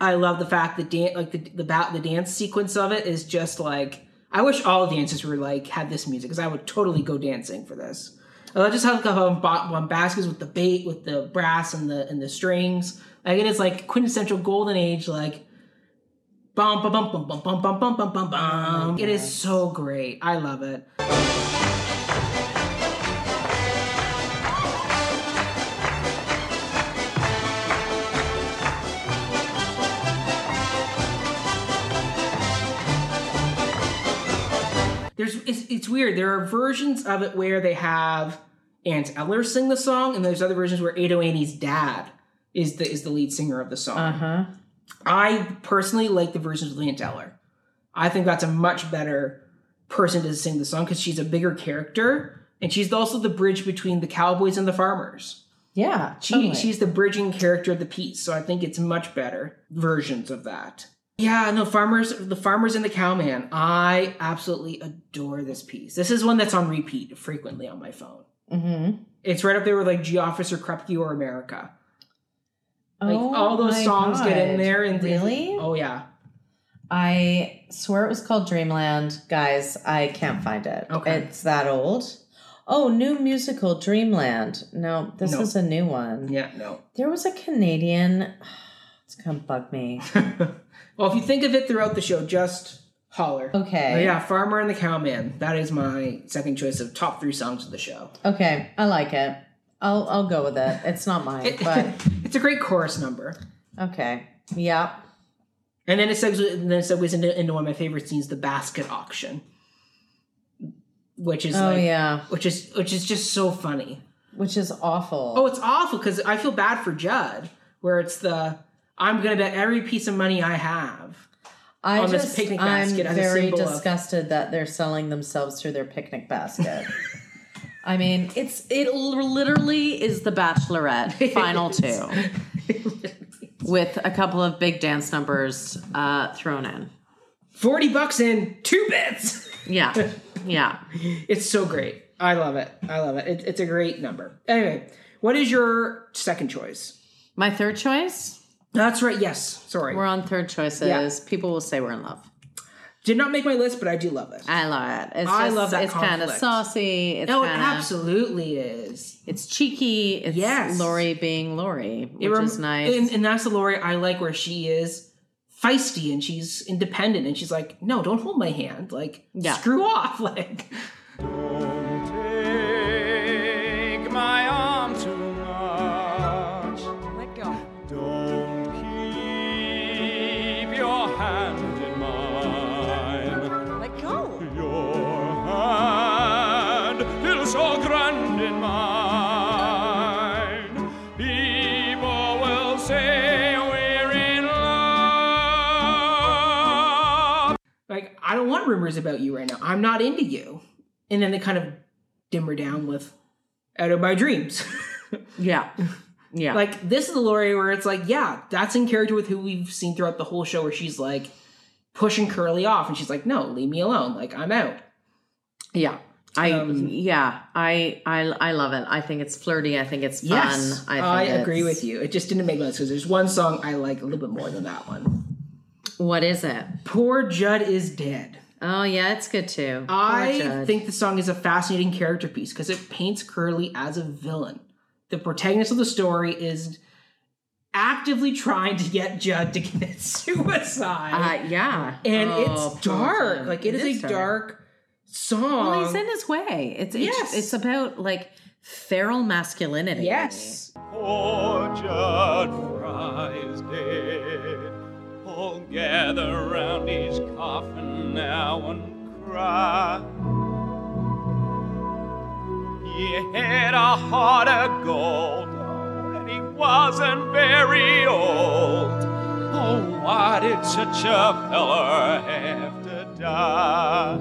[SPEAKER 1] I love the fact that dan- like the the, ba- the dance sequence of it is just like I wish all dances were like had this music because I would totally go dancing for this. I love just how like, how bo- bombastic with the bait with the brass and the and the strings. Like it is like quintessential golden age like Bum, bum, bum, bum, bum, bum, bum, bum, bum, bum, bum. Oh, It is so great. I love it. There's it's, it's weird. There are versions of it where they have Ant Eller sing the song, and there's other versions where Ado Annie's dad is the is the lead singer of the song.
[SPEAKER 2] Uh huh.
[SPEAKER 1] I personally like the version of Leanne Teller. I think that's a much better person to sing the song because she's a bigger character and she's also the bridge between the cowboys and the farmers.
[SPEAKER 2] Yeah.
[SPEAKER 1] She,
[SPEAKER 2] totally.
[SPEAKER 1] She's the bridging character of the piece, so I think it's much better versions of that. Yeah, no, farmers, the farmers and the cowman. I absolutely adore this piece. This is one that's on repeat frequently on my phone.
[SPEAKER 2] Mhm.
[SPEAKER 1] It's right up there with like G Officer Krupke or America. Like
[SPEAKER 2] Oh
[SPEAKER 1] all those
[SPEAKER 2] my
[SPEAKER 1] songs get in
[SPEAKER 2] God.
[SPEAKER 1] there and
[SPEAKER 2] really.
[SPEAKER 1] oh yeah.
[SPEAKER 2] I swear it was called Dreamland, guys. I can't find it.
[SPEAKER 1] Okay.
[SPEAKER 2] It's that old. Oh, new musical Dreamland. No, this
[SPEAKER 1] No.
[SPEAKER 2] is a new one.
[SPEAKER 1] Yeah, no.
[SPEAKER 2] There was a Canadian. It's gonna bug me.
[SPEAKER 1] well, if you think of it throughout the show, just holler.
[SPEAKER 2] Okay.
[SPEAKER 1] But Oh, yeah, Farmer and the Cowman. That is my second choice of top three songs of the show.
[SPEAKER 2] Okay, I like it. I'll I'll go with it. It's not mine,
[SPEAKER 1] It-
[SPEAKER 2] Oh, but
[SPEAKER 1] it's a great chorus number.
[SPEAKER 2] okay. Yep.
[SPEAKER 1] And then it segues, and then it segues into, into one of my favorite scenes, the basket auction. Which is
[SPEAKER 2] Oh
[SPEAKER 1] like,
[SPEAKER 2] yeah,
[SPEAKER 1] which is which is just so funny.
[SPEAKER 2] which is awful.
[SPEAKER 1] Oh, it's awful because I feel bad for Judd, where it's the I'm gonna bet every piece of money I have.
[SPEAKER 2] I
[SPEAKER 1] on this
[SPEAKER 2] just
[SPEAKER 1] picnic
[SPEAKER 2] I'm
[SPEAKER 1] basket as a
[SPEAKER 2] very
[SPEAKER 1] symbol of-
[SPEAKER 2] disgusted that they're selling themselves through their picnic basket. I mean, it's it l- literally is the Bachelorette final two, with a couple of big dance numbers uh, thrown in.
[SPEAKER 1] 40 bucks in two bits.
[SPEAKER 2] Yeah, yeah.
[SPEAKER 1] It's so great. I love it. I love it. it. It's a great number. Anyway, what is your second choice?
[SPEAKER 2] My third choice.
[SPEAKER 1] That's right. Yes. Sorry.
[SPEAKER 2] We're on third choices. People will say we're in love.
[SPEAKER 1] Did not make my list, but I do love it.
[SPEAKER 2] I love it. It's
[SPEAKER 1] I
[SPEAKER 2] just-
[SPEAKER 1] love that
[SPEAKER 2] It's kind of
[SPEAKER 1] conflict.
[SPEAKER 2] saucy. It's
[SPEAKER 1] No, it
[SPEAKER 2] kind of
[SPEAKER 1] absolutely is.
[SPEAKER 2] it's cheeky. It's
[SPEAKER 1] Yes.
[SPEAKER 2] Lori being Lori, which
[SPEAKER 1] rem-
[SPEAKER 2] is nice.
[SPEAKER 1] And, and that's the Lori I like, where she is feisty and she's independent, and she's like, "No, don't hold my hand. Like,
[SPEAKER 2] Yeah.
[SPEAKER 1] screw off. Like,
[SPEAKER 4] Take my arm too much.
[SPEAKER 6] Let go.
[SPEAKER 4] Don't keep your hand in mine.
[SPEAKER 6] Let go.
[SPEAKER 4] Your hand is so grand in mine. People will say we're in love.
[SPEAKER 1] like I don't want rumors about you right now. I'm not into you." And then they kind of dim her down with, "Out of my dreams."
[SPEAKER 2] yeah, yeah.
[SPEAKER 1] Like this is the Lori where it's like, yeah, that's in character with who we've seen throughout the whole show, where she's like pushing Curly off, and she's like, no, leave me alone, like I'm out.
[SPEAKER 2] Yeah. I
[SPEAKER 1] Um,
[SPEAKER 2] yeah I I I love it. I think it's flirty. I think it's fun.
[SPEAKER 1] Yes, Oh,
[SPEAKER 2] I,
[SPEAKER 1] I,
[SPEAKER 2] think
[SPEAKER 1] agree
[SPEAKER 2] it's-
[SPEAKER 1] with you. It just didn't make sense because there's one song I like a little bit more than that one.
[SPEAKER 2] What is it?
[SPEAKER 1] Poor Judd is dead.
[SPEAKER 2] Oh yeah, it's good too. Poor
[SPEAKER 1] I
[SPEAKER 2] Judd.
[SPEAKER 1] think the song is a fascinating character piece because it paints Curly as a villain. The protagonist of the story is actively trying to get Judd to commit suicide.
[SPEAKER 2] Uh, yeah,
[SPEAKER 1] and
[SPEAKER 2] Oh,
[SPEAKER 1] it's
[SPEAKER 2] poor
[SPEAKER 1] dark.
[SPEAKER 2] Judd.
[SPEAKER 1] Like it is, a dark, song.
[SPEAKER 2] Well, he's in his way. It's it's,
[SPEAKER 1] Yes.
[SPEAKER 2] it's about like feral masculinity.
[SPEAKER 1] yes.
[SPEAKER 4] Poor Judd Fry's dead. All gather round his coffin now and cry. He had a heart of gold, oh, and he wasn't very old. Oh, why did such a feller have to die?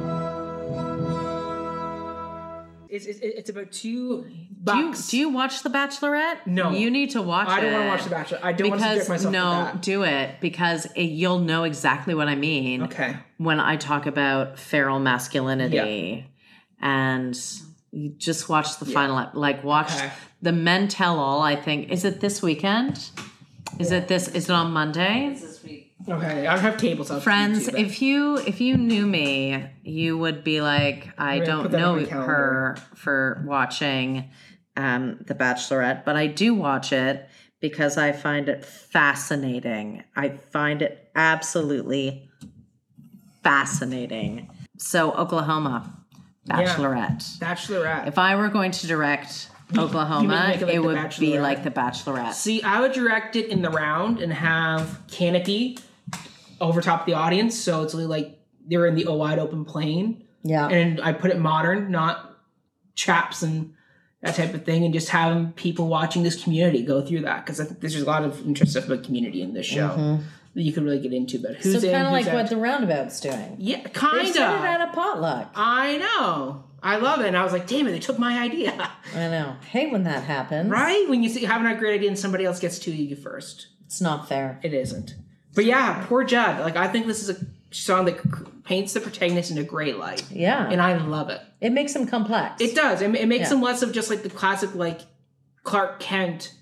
[SPEAKER 1] It's, it's, it's about two
[SPEAKER 2] Do you,
[SPEAKER 1] bucks.
[SPEAKER 2] do you watch The Bachelorette?
[SPEAKER 1] No.
[SPEAKER 2] You need to watch
[SPEAKER 1] I
[SPEAKER 2] it.
[SPEAKER 1] don't want to watch The Bachelor. I don't want to subject
[SPEAKER 2] Because
[SPEAKER 1] myself
[SPEAKER 2] no,
[SPEAKER 1] to that.
[SPEAKER 2] do it because it, you'll know exactly what I mean
[SPEAKER 1] okay.
[SPEAKER 2] when I talk about feral masculinity, and you just watch the final final. ep- Like watch
[SPEAKER 1] Okay.
[SPEAKER 2] the Men Tell All. I think is it this weekend? Is it this? Is it on Monday?
[SPEAKER 1] Okay. I don't have tables up.
[SPEAKER 2] Friends, if you if you knew me, you would be like, I
[SPEAKER 1] We're gonna put
[SPEAKER 2] don't
[SPEAKER 1] that on
[SPEAKER 2] know
[SPEAKER 1] my calendar.
[SPEAKER 2] her for watching um The Bachelorette, but I do watch it because I find it fascinating. I find it absolutely fascinating. So, Oklahoma, Bachelorette.
[SPEAKER 1] Bachelorette.
[SPEAKER 2] If I were going to direct Oklahoma,
[SPEAKER 1] make it
[SPEAKER 2] it,
[SPEAKER 1] like The
[SPEAKER 2] would be
[SPEAKER 1] Bachelorette.
[SPEAKER 2] like The Bachelorette.
[SPEAKER 1] See, I would direct it in the round and have Kaneki over top the audience, so it's really like they're in the wide open plane.
[SPEAKER 2] yeah.
[SPEAKER 1] And I put it modern, not chaps and that type of thing, and just having people watching this community go through that because I think there's just a lot of interest stuff about community in this show
[SPEAKER 2] Mm-hmm.
[SPEAKER 1] that you can really get into. But who's
[SPEAKER 2] so,
[SPEAKER 1] in?
[SPEAKER 2] kind of
[SPEAKER 1] who's
[SPEAKER 2] like
[SPEAKER 1] out.
[SPEAKER 2] what the roundabout's doing.
[SPEAKER 1] yeah,
[SPEAKER 2] They
[SPEAKER 1] kind
[SPEAKER 2] did
[SPEAKER 1] of.
[SPEAKER 2] it at a potluck.
[SPEAKER 1] I know. I love it. And I was like, damn it, they took my idea.
[SPEAKER 2] I know. Hey, when that happens,
[SPEAKER 1] right? When you see having a great idea and somebody else gets to you first.
[SPEAKER 2] It's not fair.
[SPEAKER 1] It isn't. But yeah, poor Judd. Like I think this is a song that c- paints the protagonist in a great light,
[SPEAKER 2] Yeah,
[SPEAKER 1] and I love it.
[SPEAKER 2] it makes them complex.
[SPEAKER 1] It does. It, it makes
[SPEAKER 2] Yeah.
[SPEAKER 1] him less of just like the classic like Clark Kent,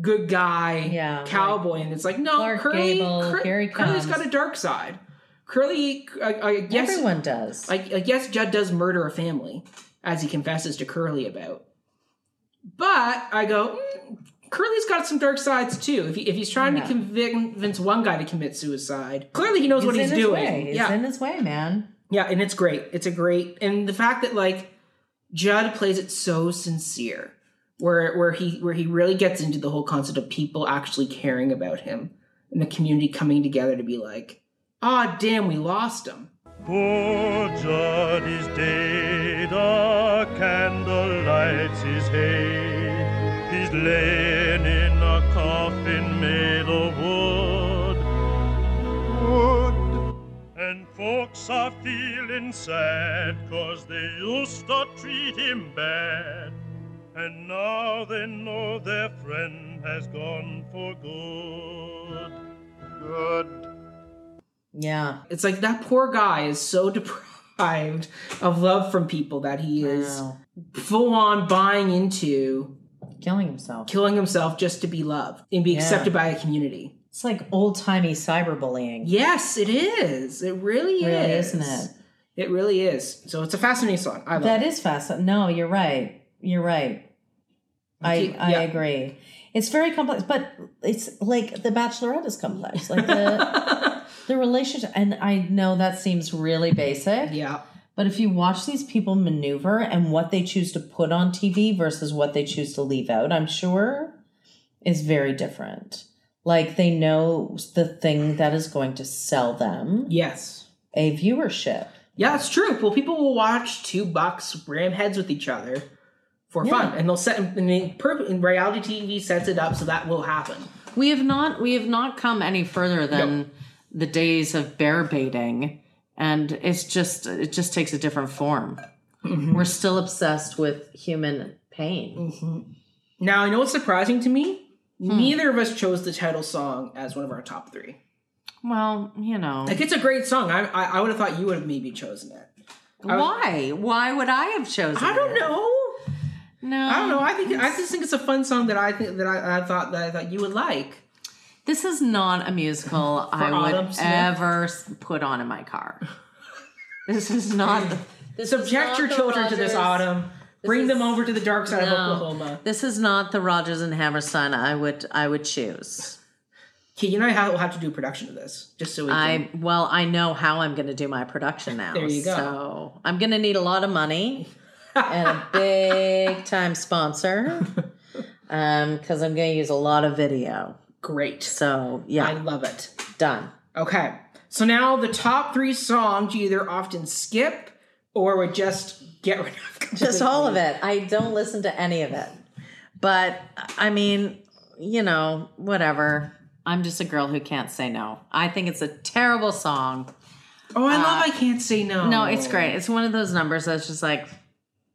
[SPEAKER 1] good guy,
[SPEAKER 2] Yeah, like
[SPEAKER 1] cowboy, and it's like no,
[SPEAKER 2] Clark
[SPEAKER 1] Curly,
[SPEAKER 2] Gable,
[SPEAKER 1] Cur-
[SPEAKER 2] here he
[SPEAKER 1] Curly's
[SPEAKER 2] comes.
[SPEAKER 1] got a dark side. Curly, uh, uh, yes,
[SPEAKER 2] Everyone does.
[SPEAKER 1] like, like yes, Judd does murder a family, as he confesses to Curly about. But I go, mm, Curly's got some dark sides too. If, he, if he's trying
[SPEAKER 2] Yeah.
[SPEAKER 1] to convince one guy to commit suicide, clearly he knows what
[SPEAKER 2] in
[SPEAKER 1] he's
[SPEAKER 2] his
[SPEAKER 1] doing.
[SPEAKER 2] Way. He's
[SPEAKER 1] yeah,
[SPEAKER 2] in his way, man.
[SPEAKER 1] yeah, and it's great. It's a great, and the fact that like Judd plays it so sincere, where where he where he really gets into the whole concept of people actually caring about him and the community coming together to be like, ah, damn, we lost him.
[SPEAKER 4] Poor Judd is dead, a candle lights his head. He's laying in a coffin made of wood. Wood. And folks are feeling sad, cause they used to treat him bad. And now they know their friend has gone for good. Good.
[SPEAKER 2] Yeah.
[SPEAKER 1] It's like that poor guy is so deprived of love from people that he is
[SPEAKER 2] Wow.
[SPEAKER 1] full on buying into
[SPEAKER 2] Killing himself.
[SPEAKER 1] killing himself just to be loved and be
[SPEAKER 2] Yeah.
[SPEAKER 1] accepted by a community.
[SPEAKER 2] It's like old timey cyberbullying.
[SPEAKER 1] Yes, it is. It really,
[SPEAKER 2] Really,
[SPEAKER 1] is.
[SPEAKER 2] isn't it?
[SPEAKER 1] It really is. So it's a fascinating song. I love
[SPEAKER 2] That
[SPEAKER 1] it.
[SPEAKER 2] is fast. No, you're right. You're right. I
[SPEAKER 1] Okay,
[SPEAKER 2] I
[SPEAKER 1] yeah.
[SPEAKER 2] agree. It's very complex, but it's like The Bachelorette is complex. Like the the relationship, and I know that seems really basic.
[SPEAKER 1] yeah.
[SPEAKER 2] But if you watch these people maneuver and what they choose to put on TV versus what they choose to leave out, I'm sure is very different. Like they know the thing that is going to sell them
[SPEAKER 1] Yes.
[SPEAKER 2] a viewership.
[SPEAKER 1] Yeah, it's true. Well, people will watch two bucks ram heads with each other for
[SPEAKER 2] Yeah.
[SPEAKER 1] fun, and they'll set. And, they, per, and reality TV sets it up so that will happen.
[SPEAKER 2] We have not we have not come any further than the days of bear baiting and it's just it just takes a different form.
[SPEAKER 1] Mm-hmm.
[SPEAKER 2] We're still obsessed with human
[SPEAKER 1] Mm.
[SPEAKER 2] pain.
[SPEAKER 1] Now, I know it's surprising to me.
[SPEAKER 2] Hmm.
[SPEAKER 1] Neither of us chose the title song as one of our top three.
[SPEAKER 2] Well, you know.
[SPEAKER 1] Like, it's a great song. I I, I would have thought you would have maybe chosen it.
[SPEAKER 2] Why? Why would I have chosen?
[SPEAKER 1] I don't
[SPEAKER 2] it?
[SPEAKER 1] know.
[SPEAKER 2] No.
[SPEAKER 1] I don't know. I think I just think it's a fun song that I think that I, I thought that I thought you would like.
[SPEAKER 2] This is not a musical I would
[SPEAKER 1] Autumn Smith.
[SPEAKER 2] ever s- put on in my car. This is not. This
[SPEAKER 1] Subject your children to this autumn. Bring them over to the dark side of Oklahoma.
[SPEAKER 2] This is not the Rogers and Hammerstein I would I would choose.
[SPEAKER 1] Key, you know how we'll have to do a production of this, just so we can.
[SPEAKER 2] I well I know how I'm going to do my production now.
[SPEAKER 1] There you go.
[SPEAKER 2] So I'm going to need a lot of money and a big time sponsor because I'm going to use a lot of video.
[SPEAKER 1] Great.
[SPEAKER 2] So yeah,
[SPEAKER 1] I love it.
[SPEAKER 2] done.
[SPEAKER 1] Okay. So now the top three songs you either often skip or would just get rid of.
[SPEAKER 2] just all of it. I don't listen to any of it. But I mean, you know, whatever. I'm just a girl who can't say no. I think it's a terrible song.
[SPEAKER 1] Oh, I love I Can't Say No.
[SPEAKER 2] Uh, No, it's great. It's one of those numbers that's just like,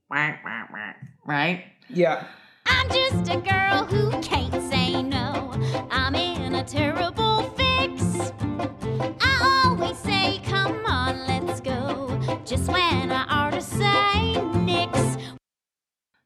[SPEAKER 2] wah, wah, wah, right?
[SPEAKER 1] Yeah.
[SPEAKER 5] I'm just a girl who can't say no. I'm in a terrible fix. I always say, come on, let's go. Just when I ought to say nix.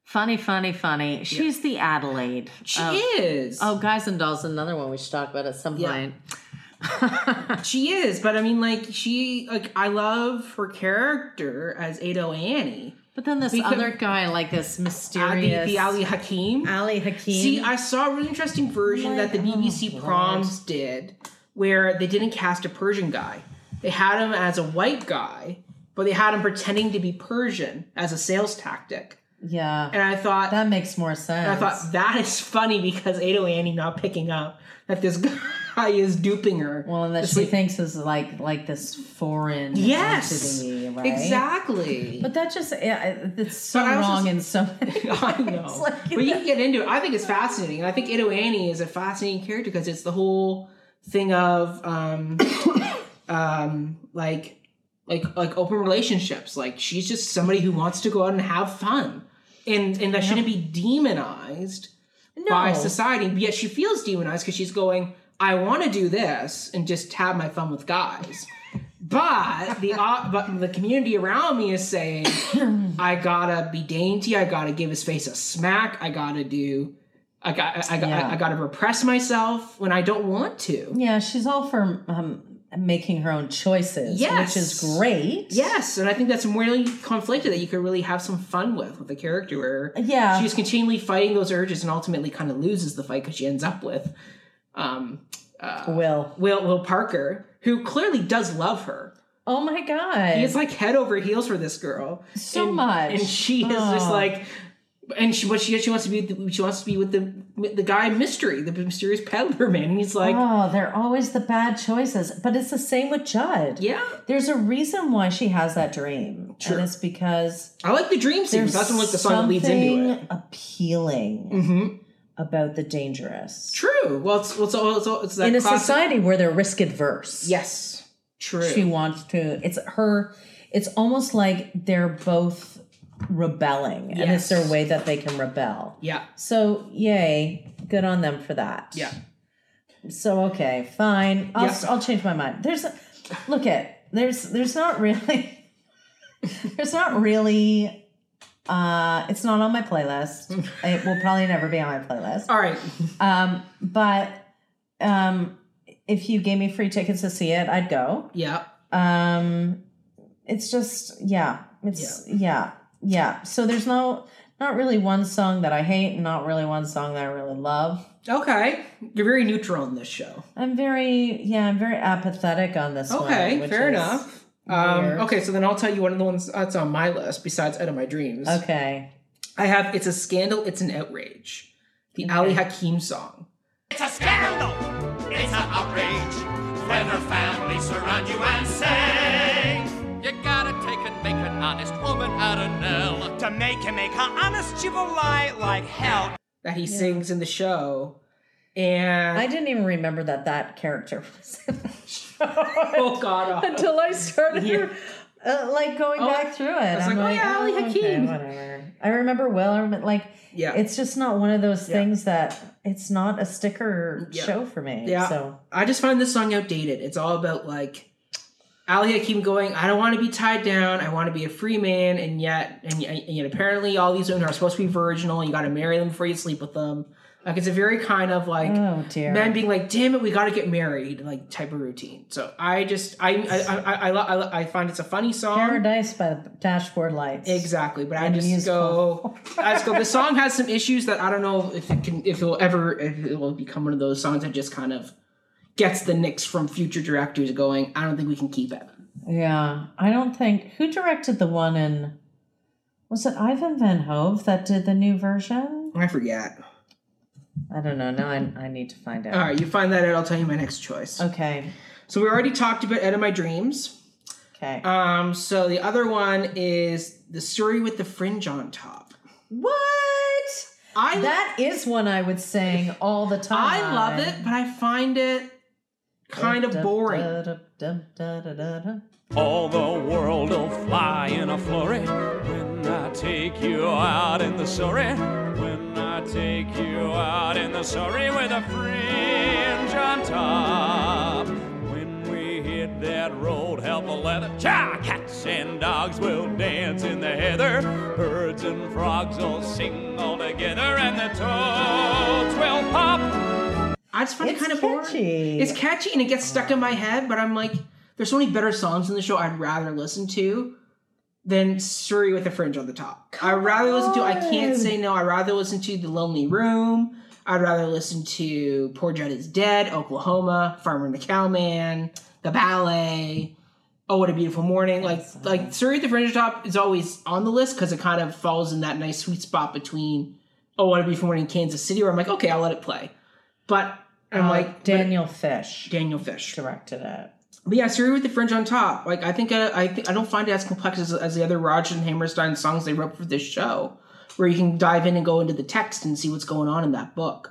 [SPEAKER 2] Funny, funny, funny. She's the Adelaide.
[SPEAKER 1] She
[SPEAKER 2] of-
[SPEAKER 1] is.
[SPEAKER 2] Oh, Guys and Dolls, another one we should talk about at some
[SPEAKER 1] Yeah.
[SPEAKER 2] point.
[SPEAKER 1] She is, but I mean, like, she, like, I love her character as Ado Annie.
[SPEAKER 2] But then this
[SPEAKER 1] We could-
[SPEAKER 2] other guy, like this
[SPEAKER 1] Adi,
[SPEAKER 2] mysterious
[SPEAKER 1] the Ali Hakim.
[SPEAKER 2] Ali Hakim.
[SPEAKER 1] See, I saw a really interesting version
[SPEAKER 2] Oh
[SPEAKER 1] that the BBC Proms did where they didn't cast a Persian guy. They had him as a white guy, but they had him pretending to be Persian as a sales tactic.
[SPEAKER 2] yeah,
[SPEAKER 1] And I thought
[SPEAKER 2] that makes more sense.
[SPEAKER 1] I thought that is funny because Ada Annie not picking up that this guy is duping her.
[SPEAKER 2] well, and that
[SPEAKER 1] It's
[SPEAKER 2] she
[SPEAKER 1] like-
[SPEAKER 2] thinks is like like this foreign
[SPEAKER 1] Yes.
[SPEAKER 2] entity, right?
[SPEAKER 1] Exactly.
[SPEAKER 2] But that just yeah, it's so
[SPEAKER 1] But I also-
[SPEAKER 2] wrong in so many.
[SPEAKER 1] I know.
[SPEAKER 2] It's like-
[SPEAKER 1] but you can get into it. I think it's fascinating. And I think Ito Annie is a fascinating character because it's the whole thing of um um like like like open relationships. Like she's just somebody who wants to go out and have fun. And and that shouldn't be demonized by society. But yet she feels demonized because she's going, I want to do this and just have my fun with guys. But the uh, but the community around me is saying I gotta be dainty. I gotta give his face a smack. I gotta do. I got. I, I,
[SPEAKER 2] Yeah.
[SPEAKER 1] I, gotta repress myself when I don't want to.
[SPEAKER 2] Yeah, she's all for um, making her own choices,
[SPEAKER 1] Yes.
[SPEAKER 2] which is great.
[SPEAKER 1] Yes, and I think that's really conflicted that you could really have some fun with with a character where
[SPEAKER 2] Yeah.
[SPEAKER 1] she's continually fighting those urges and ultimately kind of loses the fight because she ends up with um,
[SPEAKER 2] Will.
[SPEAKER 1] Will Will Parker, who clearly does love her.
[SPEAKER 2] Oh my god.
[SPEAKER 1] He's like head over heels for this girl.
[SPEAKER 2] So
[SPEAKER 1] And-
[SPEAKER 2] much.
[SPEAKER 1] and she is just
[SPEAKER 2] Oh.
[SPEAKER 1] like, and she, but she she wants to be with the, she wants to be with the the guy mystery, the mysterious peddler man. And he's like,
[SPEAKER 2] Oh, they're always the bad choices. But it's the same with Judd.
[SPEAKER 1] yeah,
[SPEAKER 2] There's a reason why she has that dream.
[SPEAKER 1] Sure.
[SPEAKER 2] And it's because
[SPEAKER 1] I like the dream sequence.
[SPEAKER 2] there's
[SPEAKER 1] That's like the song that leads into it.
[SPEAKER 2] something appealing
[SPEAKER 1] hmm
[SPEAKER 2] about the dangerous.
[SPEAKER 1] True. Well, it's well, it's, all- it's, all- it's that
[SPEAKER 2] In a
[SPEAKER 1] classic-
[SPEAKER 2] society where they're risk adverse.
[SPEAKER 1] Yes, true.
[SPEAKER 2] She wants to it's her it's almost like they're both rebelling. And it's their
[SPEAKER 1] Yes.
[SPEAKER 2] way that they can rebel.
[SPEAKER 1] yeah,
[SPEAKER 2] So yay, good on them for that.
[SPEAKER 1] yeah.
[SPEAKER 2] So okay, fine. I'll
[SPEAKER 1] Yeah.
[SPEAKER 2] I'll change my mind. There's a, look at there's there's not really there's not really uh it's not on my playlist. it will probably never be on my playlist.
[SPEAKER 1] All right.
[SPEAKER 2] Um but um if you gave me free tickets to see it, I'd go.
[SPEAKER 1] Yeah.
[SPEAKER 2] Um it's just yeah, it's yeah. yeah. So there's no not really one song that I hate and not really one song that I really love.
[SPEAKER 1] Okay. You're very neutral on this show.
[SPEAKER 2] I'm very yeah, I'm very apathetic on this one.
[SPEAKER 1] Okay,
[SPEAKER 2] which
[SPEAKER 1] fair
[SPEAKER 2] is-
[SPEAKER 1] enough. Um,
[SPEAKER 2] weird.
[SPEAKER 1] okay, so then I'll tell you one of the ones that's on my list besides Out of My Dreams.
[SPEAKER 2] Okay.
[SPEAKER 1] I have It's a Scandal, It's an Outrage, the Ali Hakim song.
[SPEAKER 7] It's a scandal. It's an outrage. When her family surround you and say,
[SPEAKER 3] You gotta take and make an honest woman out of Nell.
[SPEAKER 7] To make him make her honest, you will lie like hell.
[SPEAKER 1] that he sings in the show. And
[SPEAKER 2] I didn't even remember that that character was in the show
[SPEAKER 1] oh god, oh.
[SPEAKER 2] until I started
[SPEAKER 1] Yeah.
[SPEAKER 2] uh, like going
[SPEAKER 1] Oh,
[SPEAKER 2] back through it. I
[SPEAKER 1] was like, oh, yeah, Ali
[SPEAKER 2] Okay,
[SPEAKER 1] Hakim.
[SPEAKER 2] whatever. I remember well. I remember, like
[SPEAKER 1] yeah,
[SPEAKER 2] it's just not one of those
[SPEAKER 1] Yeah.
[SPEAKER 2] things that it's not a sticker
[SPEAKER 1] Yeah.
[SPEAKER 2] show for me.
[SPEAKER 1] Yeah.
[SPEAKER 2] So
[SPEAKER 1] I just find this song outdated. It's all about like Ali Hakim going, I don't want to be tied down. I want to be a free man, and yet, and, yet- and yet, apparently, all these women are supposed to be virginal. You got to marry them before you sleep with them. Like it's a very kind of like
[SPEAKER 2] oh dear.
[SPEAKER 1] men being like, "Damn it, we got to get married," like type of routine. So I just I I I, I, I, lo- I, lo- I find it's a funny song.
[SPEAKER 2] Paradise by the dashboard lights.
[SPEAKER 1] Exactly, but I
[SPEAKER 2] And
[SPEAKER 1] just
[SPEAKER 2] musical.
[SPEAKER 1] go. I just go. The song has some issues that I don't know if it can, if it'll ever, if it will become one of those songs that just kind of gets the nicks from future directors going. I don't think we can keep it.
[SPEAKER 2] Yeah, I don't think who directed the one in was it Ivan Van Hove that did the new version?
[SPEAKER 1] I forget.
[SPEAKER 2] I don't know. Now I, I need to find out.
[SPEAKER 1] All right, you find that out. I'll tell you my next choice.
[SPEAKER 2] Okay.
[SPEAKER 1] So we already talked about "Out of My Dreams."
[SPEAKER 2] Okay.
[SPEAKER 1] Um, so the other one is the story with the fringe on top.
[SPEAKER 2] what?
[SPEAKER 1] I
[SPEAKER 2] That is one I would sing all the time.
[SPEAKER 1] I love it, but I find it kind of boring.
[SPEAKER 7] All the world will fly in a flurry when I take you out in the Surrey. When I take you out in the Surrey with a fringe on top. When we hit that road, help a leather. Cha! Cats and dogs will dance in the heather. Birds and frogs will sing all together, and the toads will pop.
[SPEAKER 1] I just find
[SPEAKER 2] It's
[SPEAKER 1] it kind of boring.
[SPEAKER 2] catchy.
[SPEAKER 1] It's catchy and it gets stuck in my head, but I'm like, there's so many better songs in the show I'd rather listen to than Surrey with a fringe on the top. I'd rather listen to I Can't Say No. I'd rather listen to The Lonely Room. I'd rather listen to Poor Judd is Dead, Oklahoma, Farmer and the Cowman, The Ballet, Oh What a Beautiful Morning. Like like Surrey with the Fringe on Top is always on the list because it kind of falls in that nice sweet spot between Oh What a Beautiful Morning, Kansas City, where I'm like, okay, I'll let it play. But I'm
[SPEAKER 2] Uh,
[SPEAKER 1] like
[SPEAKER 2] Daniel Fish
[SPEAKER 1] Daniel Fish.
[SPEAKER 2] directed it.
[SPEAKER 1] But yeah, Siri with the Fringe on top. Like I think uh, I think I don't find it as complex as, as the other Roger and Hammerstein songs they wrote for this show, where you can dive in and go into the text and see what's going on in that book.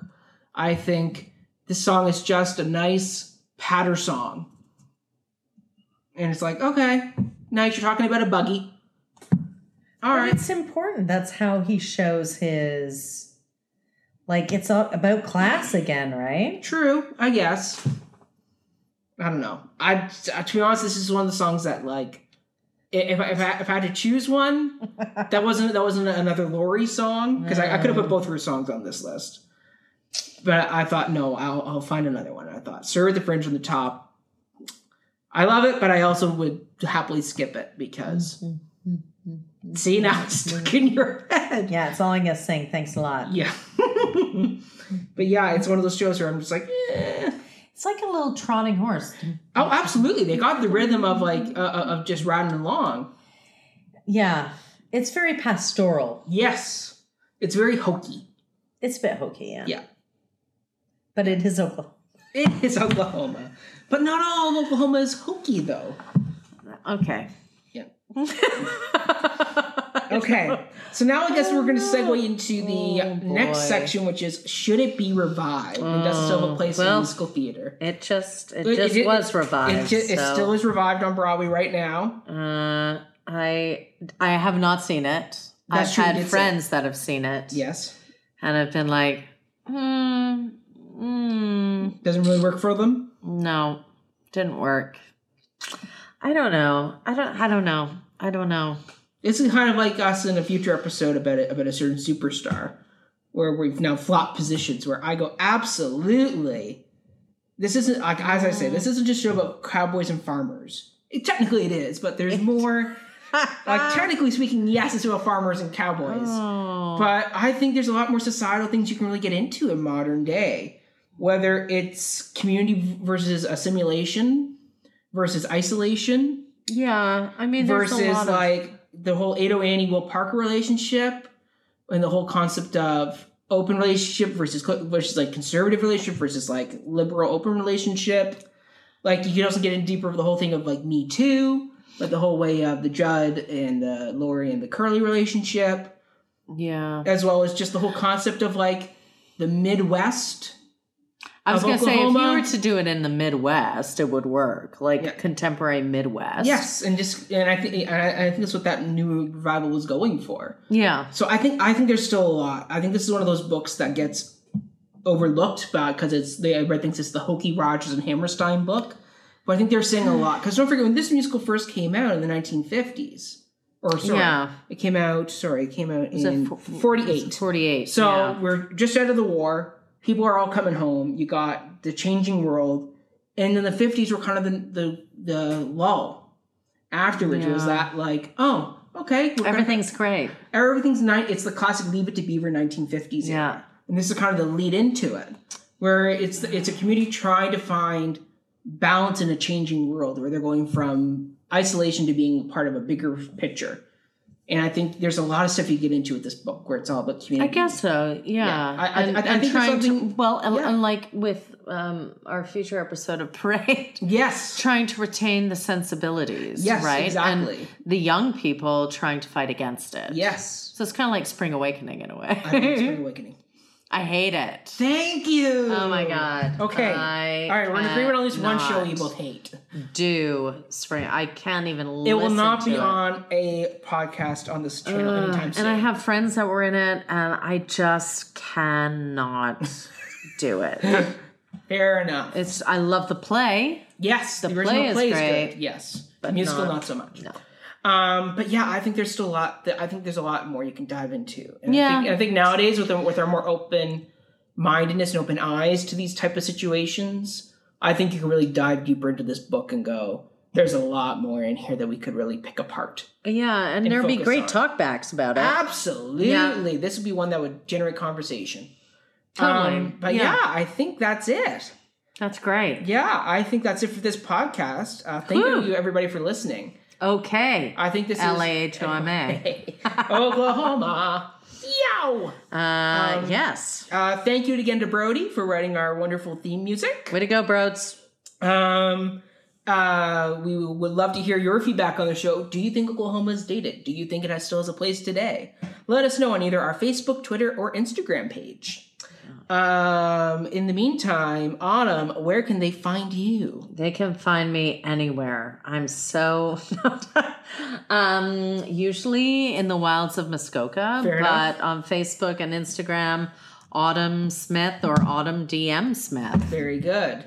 [SPEAKER 1] I think this song is just a nice patter song, and it's like okay, nice. You're talking about a buggy. All
[SPEAKER 2] But
[SPEAKER 1] right,
[SPEAKER 2] it's important. That's how he shows his. Like it's all about class again, right?
[SPEAKER 1] True, I guess. I don't know. I to be honest, this is one of the songs that like, i- if I, if I, if I had to choose one, that wasn't that wasn't another Lori song because I, I could have put both of her songs on this list. But I thought no, I'll I'll find another one. I thought Sir with the Fringe on the top. I love it, but I also would happily skip it because. See now it's stuck in your head.
[SPEAKER 2] Yeah, it's all I guess saying thanks a lot.
[SPEAKER 1] Yeah. but yeah, it's one of those shows where I'm just like, eh.
[SPEAKER 2] It's like a little trotting horse.
[SPEAKER 1] Oh, absolutely. They got the rhythm of like uh, uh, of just riding along.
[SPEAKER 2] Yeah, it's very pastoral.
[SPEAKER 1] Yes. It's very hokey.
[SPEAKER 2] It's a bit hokey, yeah.
[SPEAKER 1] Yeah.
[SPEAKER 2] But it is Oklahoma.
[SPEAKER 1] It is Oklahoma. But not all of Oklahoma is hokey though.
[SPEAKER 2] Okay.
[SPEAKER 1] Yeah. Okay. So now I guess we're going to segue into the next
[SPEAKER 2] Oh, boy.
[SPEAKER 1] section which is should it be revived? and does it still have a place in
[SPEAKER 2] Mm, well,
[SPEAKER 1] musical theater?
[SPEAKER 2] It just it,
[SPEAKER 1] It-
[SPEAKER 2] just
[SPEAKER 1] it-
[SPEAKER 2] was
[SPEAKER 1] it-
[SPEAKER 2] revived.
[SPEAKER 1] It, ju- it
[SPEAKER 2] so,
[SPEAKER 1] still is revived on Broadway right now.
[SPEAKER 2] Uh, I I have not seen it.
[SPEAKER 1] That's
[SPEAKER 2] I've
[SPEAKER 1] true, you did
[SPEAKER 2] had
[SPEAKER 1] see
[SPEAKER 2] friends that have seen it.
[SPEAKER 1] Yes.
[SPEAKER 2] And I've been like, hmm, hmm,
[SPEAKER 1] Doesn't really work for them.
[SPEAKER 2] no, didn't work. I don't know. I don't. I don't know. I don't know.
[SPEAKER 1] This is kind of like us in a future episode about it, about a certain superstar, where we've now flopped positions. Where I go, absolutely, this isn't like as I say, this isn't just a show about cowboys and farmers. It, technically, it is, but there's more. like
[SPEAKER 2] uh,
[SPEAKER 1] technically speaking, yes, it's about farmers and cowboys,
[SPEAKER 2] Oh.
[SPEAKER 1] but I think there's a lot more societal things you can really get into in modern day. Whether it's community versus assimilation versus isolation
[SPEAKER 2] Yeah, I mean, there's a
[SPEAKER 1] versus
[SPEAKER 2] lot of-
[SPEAKER 1] like the whole 80 Annie E Will Parker relationship and the whole concept of open relationship versus cl- versus like conservative relationship versus like liberal open relationship. Like you can also get in deeper with the whole thing of like Me Too, like the whole way of the Judd and the Lori and the Curly relationship,
[SPEAKER 2] yeah.
[SPEAKER 1] as well as just the whole concept of like the Midwest.
[SPEAKER 2] I was
[SPEAKER 1] of
[SPEAKER 2] gonna say if you
[SPEAKER 1] Oklahoma.
[SPEAKER 2] were to do it in the Midwest, it would work, like
[SPEAKER 1] Yeah.
[SPEAKER 2] contemporary Midwest.
[SPEAKER 1] Yes, and just and I think and I, I think that's what that new revival was going for.
[SPEAKER 2] Yeah.
[SPEAKER 1] So I think I think there's still a lot. I think this is one of those books that gets overlooked because it's they everybody thinks it's the Hokey Rogers and Hammerstein book, but I think they're saying a lot because don't forget when this musical first came out in the 1950s or sorry,
[SPEAKER 2] Yeah.
[SPEAKER 1] it came out sorry it came out
[SPEAKER 2] it
[SPEAKER 1] in
[SPEAKER 2] fo-
[SPEAKER 1] 48.
[SPEAKER 2] 48.
[SPEAKER 1] So
[SPEAKER 2] yeah.
[SPEAKER 1] we're just out of the war. People are all coming home. You got the changing world, and then the fifties were kind of the the, the lull. Afterwards, it was
[SPEAKER 2] Yeah.
[SPEAKER 1] that like oh okay we're gonna-
[SPEAKER 2] everything's great.
[SPEAKER 1] everything's night. It's the classic Leave It to Beaver 1950s. era.
[SPEAKER 2] Yeah.
[SPEAKER 1] and this is kind of the lead into it, where it's it's a community trying to find balance in a changing world, where they're going from isolation to being part of a bigger picture. And I think there's a lot of stuff you get into with this book, where it's all about
[SPEAKER 2] I
[SPEAKER 1] community.
[SPEAKER 2] guess so.
[SPEAKER 1] Mm-hmm.
[SPEAKER 2] Yeah.
[SPEAKER 1] Yeah. I- I-
[SPEAKER 2] and,
[SPEAKER 1] I- I think
[SPEAKER 2] and
[SPEAKER 1] there's
[SPEAKER 2] trying to
[SPEAKER 1] something-
[SPEAKER 2] well, and,
[SPEAKER 1] yeah.
[SPEAKER 2] and like with um, our future episode of Parade,
[SPEAKER 1] Yes.
[SPEAKER 2] trying to retain the sensibilities.
[SPEAKER 1] Yes,
[SPEAKER 2] Right.
[SPEAKER 1] exactly.
[SPEAKER 2] And the young people trying to fight against it.
[SPEAKER 1] Yes.
[SPEAKER 2] So it's kind of like Spring Awakening in a way.
[SPEAKER 1] I think it's Spring Awakening.
[SPEAKER 2] I hate it.
[SPEAKER 1] Thank you.
[SPEAKER 2] Oh my god.
[SPEAKER 1] Okay.
[SPEAKER 2] I
[SPEAKER 1] All right, we're in agreement on at least one show
[SPEAKER 2] cannot
[SPEAKER 1] we both hate.
[SPEAKER 2] Do spring. I can't even.
[SPEAKER 1] It will not be on a podcast on this channel anytime soon.
[SPEAKER 2] And I have friends that were in it, and I just cannot do it.
[SPEAKER 1] Fair enough.
[SPEAKER 2] It's. I love the play.
[SPEAKER 1] Yes, the,
[SPEAKER 2] The
[SPEAKER 1] original play
[SPEAKER 2] play
[SPEAKER 1] is,
[SPEAKER 2] is
[SPEAKER 1] good.
[SPEAKER 2] great,
[SPEAKER 1] Yes,
[SPEAKER 2] but
[SPEAKER 1] musical not,
[SPEAKER 2] not-
[SPEAKER 1] so much.
[SPEAKER 2] no.
[SPEAKER 1] Um, but yeah, I think there's still a lot. That, I think there's a lot more you can dive into. And I
[SPEAKER 2] Yeah.
[SPEAKER 1] think, and I think nowadays with our, with our more open mindedness and open eyes to these type of situations, I think you can really dive deeper into this book and go, there's a lot more in here that we could really pick apart.
[SPEAKER 2] Yeah, and,
[SPEAKER 1] And
[SPEAKER 2] there'd be
[SPEAKER 1] focus
[SPEAKER 2] great
[SPEAKER 1] on
[SPEAKER 2] talkbacks about it.
[SPEAKER 1] Absolutely. This would be one that would generate conversation.
[SPEAKER 2] Totally.
[SPEAKER 1] Um, but yeah. I think that's it.
[SPEAKER 2] That's great.
[SPEAKER 1] Yeah, I think that's it for this podcast. Uh, thank
[SPEAKER 2] Whew.
[SPEAKER 1] you, everybody, for listening.
[SPEAKER 2] Okay.
[SPEAKER 1] I think this is
[SPEAKER 2] LAHOMA.
[SPEAKER 1] Oklahoma. Yow!
[SPEAKER 2] Uh, yes.
[SPEAKER 1] Uh, thank you again to Brody for writing our wonderful theme music.
[SPEAKER 2] Way to go, Broads.
[SPEAKER 1] Um, uh, we would love to hear your feedback on the show. Do you think Oklahoma is dated? Do you think it has still has a place today? Let us know on either our Facebook, Twitter, or Instagram page. Um, in the meantime, Autumn, where can they find you?
[SPEAKER 2] They can find me anywhere. I'm so um usually in the wilds of Muskoka,
[SPEAKER 1] Fair
[SPEAKER 2] but on Facebook and Instagram, Autumn Smith or Autumn DM Smith.
[SPEAKER 1] Very good.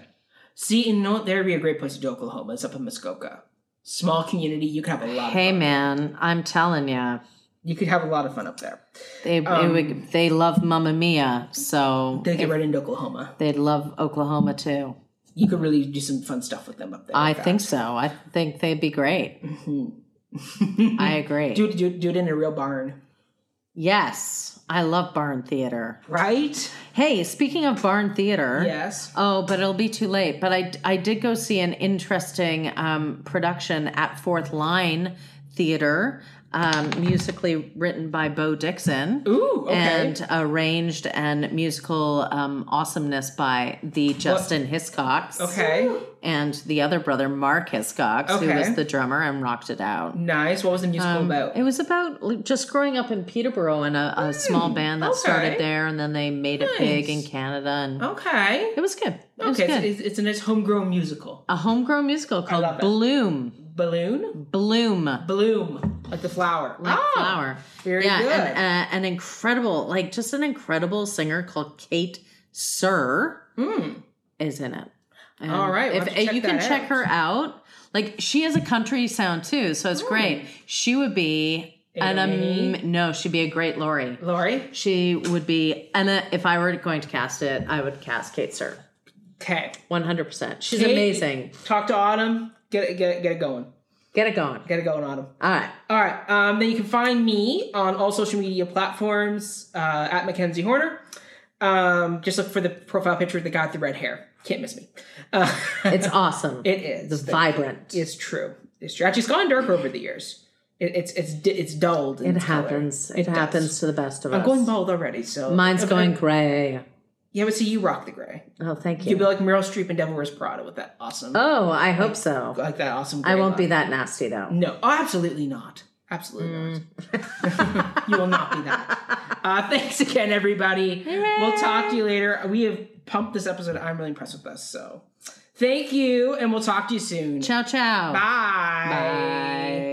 [SPEAKER 1] See, and know there'd be a great place to do Oklahoma. It's up in Muskoka. Small community. You could have a lot.
[SPEAKER 2] Hey
[SPEAKER 1] of fun.
[SPEAKER 2] man, I'm telling you,
[SPEAKER 1] You could have a lot of fun up there.
[SPEAKER 2] they it would, they love Mamma Mia, so
[SPEAKER 1] They get right into Oklahoma.
[SPEAKER 2] they'd love Oklahoma too.
[SPEAKER 1] You could really do some fun stuff with them up there.
[SPEAKER 2] I
[SPEAKER 1] in fact.
[SPEAKER 2] think so. I think they'd be great. I agree.
[SPEAKER 1] Do it, do, it- do it in a real barn,
[SPEAKER 2] Yes, I love barn theater.
[SPEAKER 1] right?
[SPEAKER 2] Hey, speaking of barn theater,
[SPEAKER 1] Yes.
[SPEAKER 2] Oh, but it'll be too late. But I, I did go see an interesting um, production at Fourth Line Theater, um, musically written by Bo Dixon.
[SPEAKER 1] Ooh, okay.
[SPEAKER 2] And arranged and musical um, awesomeness by the Justin Hiscox.
[SPEAKER 1] Okay.
[SPEAKER 2] And the other brother, Mark Hiscox, who
[SPEAKER 1] Okay.
[SPEAKER 2] was the drummer and rocked it out.
[SPEAKER 1] Nice. What was the musical about?
[SPEAKER 2] um,
[SPEAKER 1] Hmm.
[SPEAKER 2] It was about like, just growing up in Peterborough and a, a small band that
[SPEAKER 1] okay.
[SPEAKER 2] started there, and then they made it big in
[SPEAKER 1] Nice.
[SPEAKER 2] Canada. And
[SPEAKER 1] okay.
[SPEAKER 2] it was good. It was
[SPEAKER 1] Okay.
[SPEAKER 2] good.
[SPEAKER 1] It's, it's, it's a nice homegrown musical.
[SPEAKER 2] a homegrown musical
[SPEAKER 1] love
[SPEAKER 2] called
[SPEAKER 1] it.
[SPEAKER 2] Bloom.
[SPEAKER 1] Balloon?
[SPEAKER 2] Bloom.
[SPEAKER 1] Bloom. Like the flower.
[SPEAKER 2] Like
[SPEAKER 1] Ah,
[SPEAKER 2] flower.
[SPEAKER 1] very
[SPEAKER 2] yeah,
[SPEAKER 1] good.
[SPEAKER 2] And, uh, an incredible, like just an incredible singer called Kate Sir
[SPEAKER 1] mm.
[SPEAKER 2] is in it. And
[SPEAKER 1] All right, we'll
[SPEAKER 2] if
[SPEAKER 1] have to check
[SPEAKER 2] you can
[SPEAKER 1] that
[SPEAKER 2] check
[SPEAKER 1] out.
[SPEAKER 2] her out, like she has a country sound too, so it's great. She would be an
[SPEAKER 1] Amy?
[SPEAKER 2] um, no, she'd be a great Lori.
[SPEAKER 1] Lori?
[SPEAKER 2] She would be, and uh, if I were going to cast it, I would cast Kate Sir.
[SPEAKER 1] Okay.
[SPEAKER 2] 100%. She's
[SPEAKER 1] Kate-
[SPEAKER 2] amazing.
[SPEAKER 1] Talk to Autumn. Get it, get it, get it going.
[SPEAKER 2] Get it going.
[SPEAKER 1] Get it going, Autumn.
[SPEAKER 2] All right.
[SPEAKER 1] All right. Um, then you can find me on all social media platforms uh, at Mackenzie Horner. Um, just look for the profile picture of the guy with the red hair. Can't miss me. Uh,
[SPEAKER 2] It's awesome.
[SPEAKER 1] it is.
[SPEAKER 2] It's vibrant.
[SPEAKER 1] It's true. It's true. Actually, it's gone dark over the years. It, it's it's di- it's dulled. in
[SPEAKER 2] It
[SPEAKER 1] its color.
[SPEAKER 2] happens. It,
[SPEAKER 1] does.
[SPEAKER 2] happens to the best of
[SPEAKER 1] I'm
[SPEAKER 2] us.
[SPEAKER 1] going bald already, so
[SPEAKER 2] Mine's
[SPEAKER 1] Okay.
[SPEAKER 2] going gray.
[SPEAKER 1] Yeah, but see, you rock the gray.
[SPEAKER 2] Oh, thank
[SPEAKER 1] You'd be
[SPEAKER 2] you.
[SPEAKER 1] like Meryl Streep in Devil Wears Prada with that awesome,
[SPEAKER 2] Oh, I hope so.
[SPEAKER 1] like that awesome. Gray
[SPEAKER 2] I won't be
[SPEAKER 1] look.
[SPEAKER 2] that nasty though.
[SPEAKER 1] No, oh, absolutely not. Absolutely
[SPEAKER 2] Mm.
[SPEAKER 1] not. you will not be that. Uh, thanks again, everybody. We'll talk to you later. We have pumped this episode. I'm really impressed with us. So, thank you, and we'll talk to you soon.
[SPEAKER 2] Ciao, ciao.
[SPEAKER 1] Bye.
[SPEAKER 2] Bye.